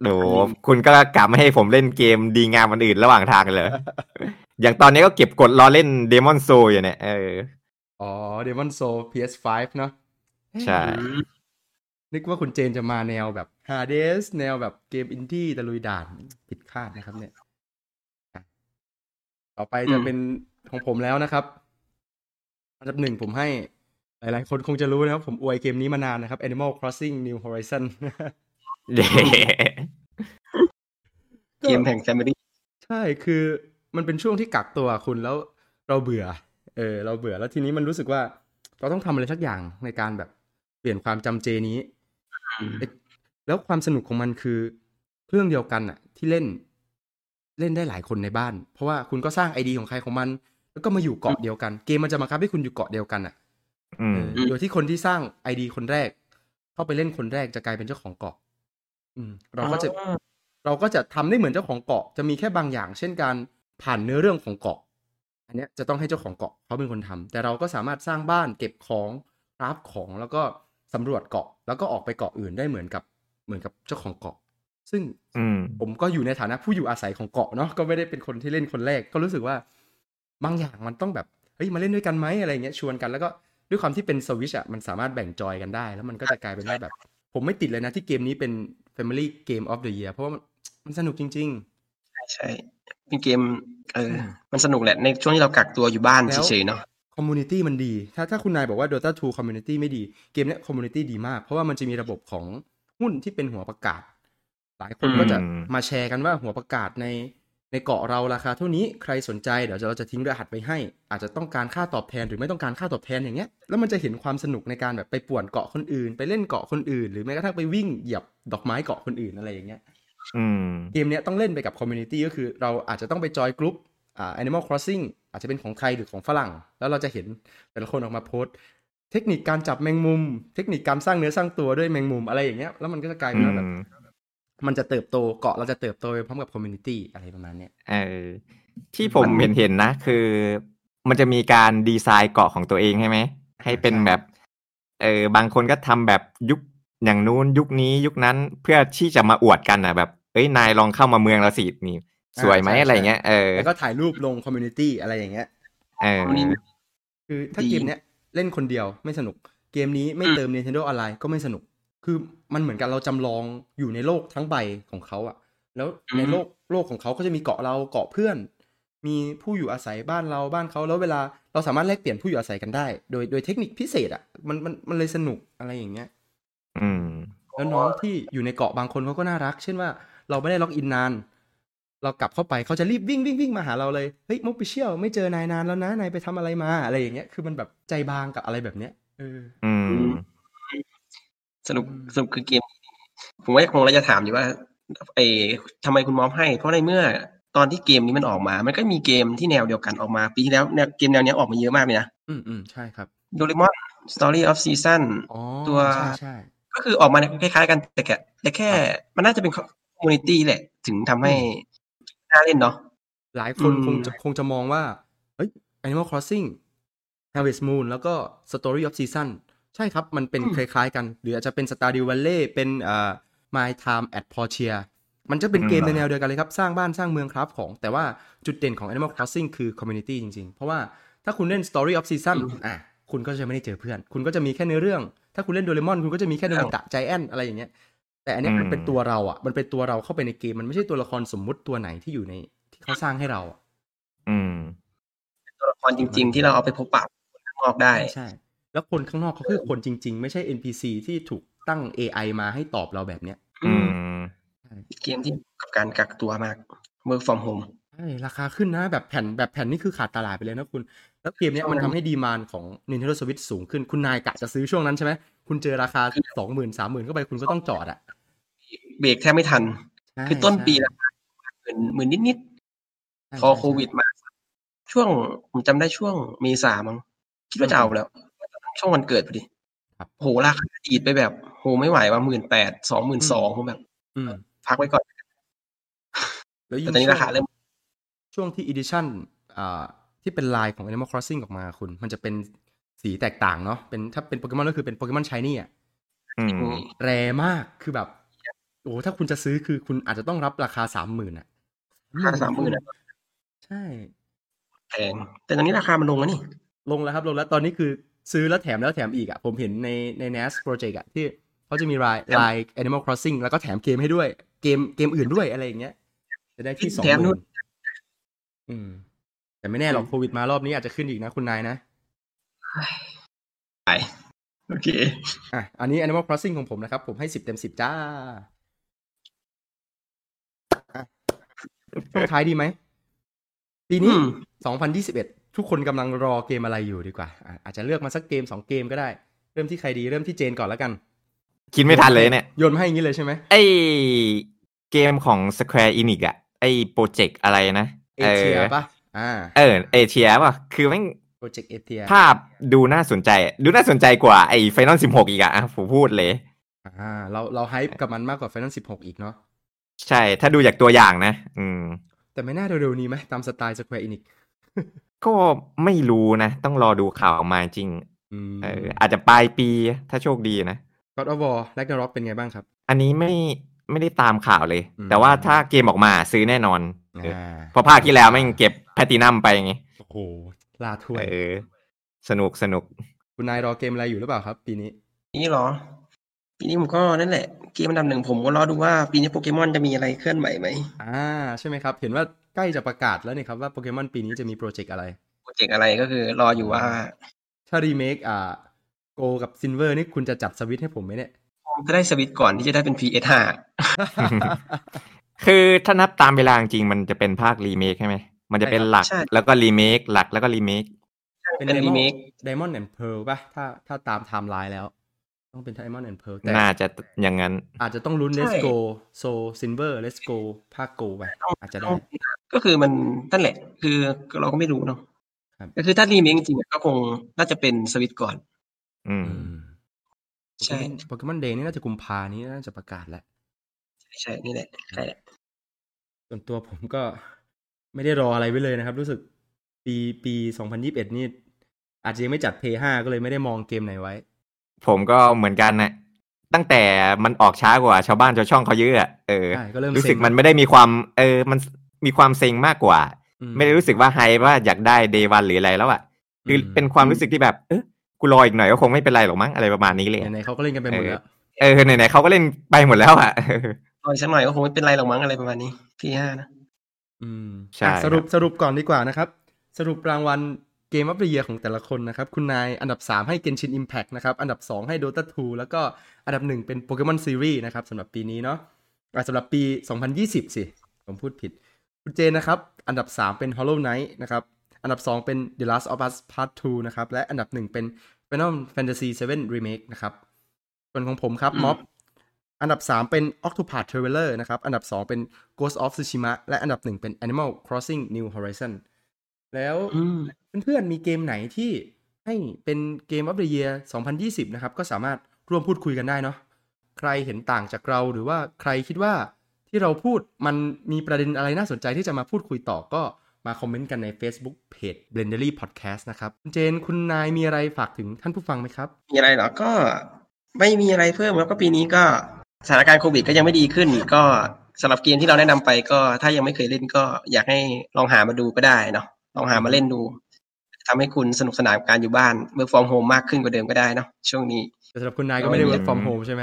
Speaker 2: โอ้โหคุณก็กลับมาให้ผมเล่นเกมดีงามอันอื่นระหว่างทางเลย อย่างตอนนี้ก็เก็บกดรอเล่นเดมอนโซอยู่เนี่ยเออ [LAUGHS]
Speaker 1: อ๋อ Demon Soul PS5 เนอะ
Speaker 2: ใช่
Speaker 3: อืม
Speaker 1: นึกว่าคุณเจนจะมาแนวแบบ Hades แนวแบบเกมอินดี้ตะลุยด่านผิดคาดนะครับเนี่ยอ่ะต่อไปจะเป็นของผมแล้วนะครับ อันดับหนึ่งผมให้ หลาย ๆ คนคงจะรู้นะครับ ผมอวยเกมนี้มานานนะครับ Animal Crossing New Horizon
Speaker 2: เย้
Speaker 3: เกมแห่งแฟมิลี่
Speaker 1: ใช่ คือมันเป็นช่วงที่กักตัวคุณแล้วเราเบื่อ เออ เราเบื่อแล้วทีนี้มันรู้สึกว่าเราต้องทำอะไรสักอย่างในการแบบเปลี่ยนความจำเจนี้ แล้วความสนุกของมันคือเครื่องเดียวกันอะที่เล่นเล่นได้หลายคนในบ้าน เพราะว่าคุณก็สร้างไอดีของใครของมัน แล้วก็มาอยู่เกาะเดียวกัน เกมมันจะบังคับให้คุณอยู่เกาะเดียวกันอะ
Speaker 2: อืม
Speaker 1: เออโดยที่คนที่สร้างไอดีคนแรก เข้าไปเล่นคนแรกจะกลายเป็นเจ้าของเกาะ อืม เราก็จะ
Speaker 3: อ๋อ
Speaker 1: เราก็จะทำได้เหมือนเจ้าของเกาะจะมีแค่บางอย่าง เช่นการผ่านเนื้อเรื่องของเกาะ อันเนี้ยจะต้องให้เจ้าของเกาะเขาเป็นคนทำแต่เราก็สามารถสร้างบ้านเก็บของคราฟของแล้วก็สำรวจเกาะ แล้วก็ออกไปเกาะอื่นได้เหมือนกับเหมือนกับเจ้าของเกาะ ซึ่ง
Speaker 2: อืม
Speaker 1: ผมก็อยู่ในฐานะผู้อยู่อาศัยของเกาะเนาะก็ไม่ได้เป็นคนที่เล่นคนแรก ก็รู้สึกว่าบางอย่างมันต้องแบบเฮ้ยมาเล่นด้วยกันไหมอะไรเงี้ยชวนกันแล้วก็ด้วยความที่เป็นสวิชอะมันสามารถแบ่งจอยกันได้ แล้วมันก็จะกลายเป็นว่าแบบ ผมไม่ติดเลยนะที่เกมนี้เป็น Family Game of the Year เพราะว่ามันมันสนุกจริง
Speaker 3: ใช่เป็นเกม เออ มันสนุกแหละในช่วงที่เรากักตัวอยู่บ้าน
Speaker 1: แล้ว
Speaker 3: เฉยๆเนาะ
Speaker 1: ๆ Community มันดี ถ้าถ้าคุณนายบอกว่า Dota 2 Community ไม่ดี เกมเนี้ย Community ดีมาก เพราะว่ามันจะมีระบบของหุ้นที่เป็นหัวประกาศ หลายคนก็จะ
Speaker 2: อืม
Speaker 1: มาแชร์กันว่าหัวประกาศในในเกาะเราราคาเท่านี้ใครสนใจเดี๋ยวเราจะทิ้งรหัสไว้ให้ อาจจะต้องการค่าตอบแทนหรือไม่ต้องการค่าตอบแทนอย่างเงี้ยแล้วมันจะเห็นความสนุกในการแบบไปป่วนเกาะคนอื่น ไปเล่นเกาะคนอื่น หรือแม้กระทั่งไปวิ่งเหยียบดอกไม้เกาะคนอื่นอะไรอย่างเงี้ย
Speaker 2: อืม
Speaker 1: เกมเนี้ยต้องเล่นไปกับคอมมูนิตี้ก็คือเราอาจจะต้องไปจอยกลุ่มอ่า Animal Crossing อาจจะเป็นของไทยหรือของฝรั่ง แล้วเราจะเห็นแต่ละคนออกมาโพสต์ เทคนิคการจับแมงมุม เทคนิคการสร้างเนื้อสร้างตัวด้วยแมงมุมอะไรอย่างเงี้ยแล้วมันก็จะกลายเป็นว่าแบบมันจะเติบโตเกาะเราจะเติบโตไปพร้อมกับคอมมูนิตี้อะไรประมาณเนี้ย
Speaker 2: เออที่ผมเห็นเห็นๆนะคือ มันจะมีการดีไซน์เกาะของตัวเองใช่ไหม ให้เป็นแบบ เออบางคนก็ทำแบบยุคอย่างนู้นยุคนี้ยุคนั้นเพื่อที่จะมาอวดกันอ่ะ แบบเอ้ยนายลองเข้ามาเมืองเราสินี่ สวยไหม
Speaker 1: อ่าใช่
Speaker 2: อะไรเงี้ยเออ
Speaker 1: แล้วก็ถ่ายรูปลงคอมมูนิตี้อะไรอย่างเงี้ย
Speaker 2: เออ
Speaker 3: วันนี้
Speaker 1: คือถ้า
Speaker 3: ดี
Speaker 1: เกมเนี้ยเล่นคนเดียวไม่สนุก เกมนี้ไม่
Speaker 3: อืม
Speaker 1: เติม Nintendo อะไรก็ไม่สนุก คือมันเหมือนกันเราจำลองอยู่ในโลกทั้งใบของเขาอะแล้วในโลกโลกของเขาก็จะมีเกาะเราเกาะเพื่อน มีผู้อยู่อาศัยบ้านเราบ้านเขาแล้วเวลาเราสามารถแลกเปลี่ยนผู้อยู่อาศัยกันได้ โดยโดยเทคนิคพิเศษอะมันมันมันเลยสนุกอะไรอย่างเงี้ย
Speaker 2: อืม
Speaker 1: แล้วน้องที่อยู่ในเกาะบางคนเขาก็น่ารัก เช่นว่าเราไม่ได้ล็อกอินนาน เรากลับเข้าไปเขาจะรีบวิ่งวิ่งวิ่งมาหาเราเลย เฮ้ยมุกไปเชี่ยวไม่เจอนายนานแล้วนะ นายไปทำอะไรมาอะไรอย่างเงี้ย คือมันแบบใจบางกับอะไรแบบเนี้ยเออ
Speaker 2: อืม
Speaker 3: สนุกสนุกคือเกม ผมว่าคงเราจะถามอยู่ว่าไอ้ทำไมคุณมอมให้ เพราะในเมื่อตอนที่เกมนี้มันออกมา มันก็มีเกมที่แนวเดียวกันออกมาปีที่แล้วแนวเกมแนวเนี้ยออกมาเยอะมากเลยนะ
Speaker 1: อืมอืมใช่ครับ
Speaker 3: โดเรมอน Story of Season
Speaker 1: อ๋อ
Speaker 3: ตัว
Speaker 1: ใช่ใช่
Speaker 3: ก็คือออกมาเนี่ยคล้ายๆกันแต่แค่แต่แค่ มันน่าจะเป็นคอมมูนิตี้แหละ ถึงทำให้น่าเล่นเนาะ
Speaker 1: หลายคน
Speaker 3: อืม
Speaker 1: คงจะคงจะมองว่า เฮ้ย Animal Crossing Harvest Moon แล้วก็ Story of Season ใช่ครับ มันเป็นคล้ายๆกัน หรืออาจจะเป็น Stardew Valley เป็นเอ่อ My Time at Portia มันจะเป็นเกม
Speaker 2: อืม
Speaker 1: ในแนวเดียวกันเลยครับ สร้างบ้านสร้างเมืองครับของ แต่ว่าจุดเด่นของ Animal Crossing คือ Community จริงๆ เพราะว่าถ้าคุณเล่น Story of Season อ่ะคุณก็จะไม่ได้เจอเพื่อน คุณก็จะมีแค่เนื้อเรื่อง ถ้าคุณเล่นโดเรมอนคุณก็จะมีแค่โดมิตะใจแอนอะไรอย่างเงี้ย แต่อันเนี้ย
Speaker 2: อืม
Speaker 1: มันเป็นตัวเราอ่ะ มันเป็นตัวเราเข้าไปในเกม มันไม่ใช่ตัวละครสมมุติตัวไหนที่อยู่ในที่เขาสร้างให้เราอะ
Speaker 2: อืม
Speaker 3: ตัวละครจริง ๆ ที่เราเอาไปพบปะคนข้างนอกได้
Speaker 1: ใช่ แล้วคนข้างนอกเขาคือคนจริง ๆ ไม่ใช่ NPC ที่ถูกตั้ง AI มาให้ตอบเราแบบเนี้ย
Speaker 2: อืม
Speaker 3: เกมที่กับการกักตัวมาก work from home
Speaker 1: ใช่ราคาขึ้นนะแบบแผ่นแบบแผ่นนี่คือขาดตลาดไปเลยนะคุณ แล้วเกมเนี้ยมันทำให้ดีมานของ Nintendo Switch สูงขึ้นคุณนายกะจะซื้อช่วงนั้นใช่ไหมคุณเจอราคา 2 0 0 0 0 3 0 0 0 0เข้าไปคุณก็ต้องจอดอ่ะ
Speaker 3: เบรกแทบไม่ทัน
Speaker 1: ใช่
Speaker 3: คือต้นปี
Speaker 1: ใช่
Speaker 3: ละหมื่นหมื่นนิด
Speaker 1: ใช่
Speaker 3: ๆพอโควิดมา ช่วงผมจำได้ช่วงเมษามั้งคิดว่าจะเอาแล้ว ช่วงวันเกิดพอดีโหราคาดีดไปแบบโหไม่ไหวว่าหมื่นแปดสองหมื่นสองผมแบบ
Speaker 1: อืม
Speaker 3: พักไว้ก่อน
Speaker 1: แล้วยิ่ง
Speaker 3: แต่ตอนนี้
Speaker 1: ช่วง
Speaker 3: ราคาเริ่ม
Speaker 1: ช่วงที่ edition อ่าที่เป็นลายของ Animal Crossing ออกมาคุณ มันจะเป็นสีแตกต่างเนาะเป็นถ้าเป็นโปเกมอนก็คือเป็นโปเกมอนชายนี่อ่ะ
Speaker 2: อืม
Speaker 1: แรมากคือแบบ โอ้โหถ้าคุณจะซื้อคือคุณอาจจะต้องรับราคาสามหมื่นอ่ะ
Speaker 3: ราคา30,000อะ
Speaker 1: ใช่
Speaker 3: แพง แต่ตอนนี้ราคามันลงแล้วนี่
Speaker 1: ลงแล้วครับลงแล้วตอนนี้คือซื้อแล้วแถมแล้วแถมอีกอ่ะ ผมเห็นในใน NAS Project อ่ะ ที่เขาจะมีราย
Speaker 3: แถม
Speaker 1: ราย Animal Crossing แล้วก็แถมเกมให้ด้วย เกมเกมอื่นด้วยอะไรอย่างเงี้ย จะได้ที่สอง
Speaker 3: แถม
Speaker 1: ห
Speaker 3: นู่
Speaker 1: มื่
Speaker 3: น
Speaker 1: นอืม แต่ไม่แน่หรอกโควิดมารอบนี้อาจจะขึ้นอีกนะคุณนายนะ
Speaker 3: โอเค
Speaker 1: อ่ะ อันนี้ Animal Crossing ของผมนะครับ ผมให้สิบเต็มสิบจ้าอ่ะช่วงท้ายดีไหม ปีนี้
Speaker 3: อืม
Speaker 1: สองพันยี่สิบเอ็ดทุกคนกำลังรอเกมอะไรอยู่ดีกว่าอ่ะอาจจะเลือกมาสักเกมสองเกมก็ได้ เริ่มที่ใครดีเริ่มที่เจนก่อนแล้วกัน
Speaker 2: คิดไม่ทันเลยเนี่ย
Speaker 1: โยนมาให้อย่างนี้เลยใช่ไหม
Speaker 2: ไอเกมของ Square Enix อะไอโปรเจกต์อะไรนะ
Speaker 1: เอเชียป่ะ อ่า
Speaker 2: เออเอเชียป่ะ คือแม่ง
Speaker 1: โปรเจกต์เอเชีย
Speaker 2: ภาพดูน่าสนใจ ดูน่าสนใจกว่าไอ Final 16 อีกอะอ่ะผมพูดเลย
Speaker 1: อ่า เราเราไฮป์กับมันมากกว่า Final 16 อีกเนาะ
Speaker 2: ใช่ ถ้าดูจากตัวอย่างนะ อืม
Speaker 1: แต่ไม่น่าเร็วๆนี้ไหมตามสไตล์ Square Enix
Speaker 2: ก็ไม่รู้นะ ต้องรอดูข่าวมาจริง
Speaker 1: อืม
Speaker 2: เออ อาจจะปลายปีถ้าโชคดีนะ
Speaker 1: God of War Ragnarok เป็นไงบ้างครับ
Speaker 2: อันนี้ไม่ไม่ได้ตามข่าวเลย
Speaker 1: อืม
Speaker 2: แต่ว่าถ้าเกมออกมาซื้อแน่นอนเออ
Speaker 1: อ่า
Speaker 2: เพราะภาคที่แล้วแม่งเก็บแพลตินัมไปไง
Speaker 1: โอ้โหลาถ้วย
Speaker 2: เออ สนุกสนุก
Speaker 1: คุณนายรอเกมอะไรอยู่หรือเปล่าครับ ปีนี้
Speaker 3: นี่เหรอ ปีนี้ผมก็นั่นแหละ เกมอันดับหนึ่งผมก็รอดูว่าปีนี้โปเกมอนจะมีอะไรเคลื่อนไหวไหม
Speaker 1: อ่า ใช่ไหมครับ เห็นว่าใกล้จะประกาศแล้วเนี่ยครับว่าโปเกมอนปีนี้จะมีโปรเจกต์อะไร
Speaker 3: โปรเจกต์อะไรก็คือรออยู่ว่า
Speaker 1: ถ้ารีเมคอ่าโกกับซินเวอร์นี่คุณจะจับสวิตช์ให้ผมไหมเนี่ย [LAUGHS]
Speaker 3: ผมจะได้สวิตช์ก่อนที่จะได้เป็น PS5
Speaker 2: คือถ้านับตามเวลาจริงๆมันจะเป็นภาครีเมคใช่ไหม มันจะเป็นหลัก
Speaker 3: ใช่
Speaker 2: แล้วก็รีเมคหลักแล้วก็รีเมค
Speaker 1: เป็น
Speaker 3: เป็น
Speaker 1: Diamond-
Speaker 3: remake
Speaker 1: Diamond and Pearl ป่ะถ้าถ้าตามไทม์ไลน์แล้ว ต้องเป็น Diamond and Pearl แต่
Speaker 2: น่าจะอย่างนั้น
Speaker 1: อาจจะต้องลุ้น
Speaker 3: ใช่
Speaker 1: Let's Go So Silver Let's Go ภาค Go ไปอาจจะได้
Speaker 3: ก็คือมันนั่นแหละ คือเราก็ไม่รู้เนาะ
Speaker 1: ครับ
Speaker 3: ก็คือถ้ารีเมคจริงๆก็คงน่าจะเป็นสวิตช์ก่อน
Speaker 2: อืม
Speaker 3: ใช่
Speaker 1: โปเกมอนเดย์นี่น่าจะกุมภานี้น่าจะประกาศแล้ว
Speaker 3: ใช่นี่แหละใช่แหละ
Speaker 1: ส่วนตัวผมก็ [LAUGHS] ไม่ได้รออะไรไว้เลยนะครับ รู้สึกปีปีสองพันยิบเอ็ดนี่ อาจจะยังไม่จัดเพย์ห้าก็เลยไม่ได้มองเกมไหนไว้
Speaker 2: ผมก็เหมือนกันนะตั้งแต่มันออกช้ากว่าชาวบ้านชาวช่องเขาเยอะอะเออ
Speaker 1: ใช่ก็เริ่ม
Speaker 2: รู้สึก
Speaker 1: เซ็ง
Speaker 2: มันไม่ได้มีความ เออ มันมีความเซ็งมากกว่า
Speaker 1: อื
Speaker 2: ไม่ได้รู้สึกว่าไฮว่าอยากได้เดวันหรืออะไรแล้วอะคืออ
Speaker 1: ม
Speaker 2: เป็นความรู้สึกที่แบบ เออกูรออีกหน่อยก็คงไม่เป็นไรหรอกมั้งอะไรประมาณนี้เลยอะ
Speaker 1: ไหนๆเขาก็เล่นกันไปหมดแล้ว
Speaker 2: เออไหนๆเขาก็เล่นไปหมดแล้วอะ
Speaker 3: รออีกสักหน่อยก็คงไม่เป็นไรหรอกมั้งอะไรประมาณนี้ PS5 นะ
Speaker 1: อืม
Speaker 2: ใช่
Speaker 1: อ่ะสรุป
Speaker 2: ครับ
Speaker 1: สรุปก่อนดีกว่านะครับ สรุปรางวัลเกมอัพเดียของแต่ละคนนะครับ คุณนายอันดับ 3 ให้ Genshin Impact นะครับ อันดับ 2 ให้ Dota 2 แล้วก็อันดับ 1 เป็น Pokemon Series นะครับสำหรับปีนี้เนาะอ่ะสำหรับปี 2020 สิ ผมพูดผิด คุณเจนนะครับ อันดับ 3 เป็น Hollow Knight นะครับ อันดับ 2 เป็น The Last of Us Part 2 นะครับ และอันดับ 1 เป็น Final Fantasy 7 Remake นะครับ ส่วนของผมครับ
Speaker 3: อืม
Speaker 1: ม็อบ อันดับ 3 เป็น Octopath Traveler นะครับ อันดับ 2 เป็น Ghost of Tsushima และอันดับ 1 เป็น Animal Crossing New Horizon แล้ว
Speaker 3: อืม
Speaker 1: เพื่อนๆ มีเกมไหนที่ให้เป็นเกม of the year 2020 นะครับ ก็สามารถร่วมพูดคุยกันได้เนาะใครเห็นต่างจากเราหรือว่าใครคิดว่าที่เราพูดมันมีประเด็นอะไรน่าสนใจที่จะมาพูดคุยต่อก็มาคอมเมนต์กันใน Facebook Page Blendery Podcast นะครับคุณเจนคุณนายมีอะไรฝากถึงท่านผู้ฟังไหมครับ
Speaker 3: มีอะไรเหรอ ก็ไม่มีอะไรเพิ่มแล้วก็ปีนี้ก็สถานการณ์โควิดก็ยังไม่ดีขึ้น ก็สำหรับเกมที่เราแนะนำไปก็ถ้ายังไม่เคยเล่นก็อยากให้ลองหามาดูก็ได้เนาะลองหามาเล่นดูทำให้คุณสนุกสนานกับการอยู่บ้านเวิร์กฟอร์มโฮมมากขึ้นกว่าเดิมก็ได้เนาะช่วงนี้
Speaker 1: แต่สำหรับคุณนายก็ไม่ได้ work from home ใช่ไหม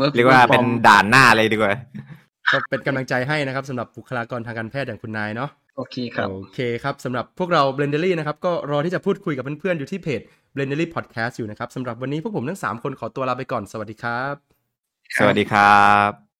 Speaker 3: work
Speaker 2: เรียกว่าเป็น
Speaker 3: from
Speaker 2: ด่านหน้าเลยดีกว่า
Speaker 1: ก็เป็นกำลังใจให้นะครับสำหรับบุคลากรทางการแพทย์อย่างคุณนายเนาะ
Speaker 3: โอเคครับ
Speaker 1: โอเคครับสำหรับพวกเรา b l e n d e r y นะครับ ก็รอที่จะพูดคุยกับเพื่อนๆ อยู่ที่เพจ b l e n d e r y Podcast อยู่นะครับสำหรับวันนี้พวกผมทั้ง 3 คนขอตัวลาไปก่อนสวัสดีครับ
Speaker 2: สวัสดีครับ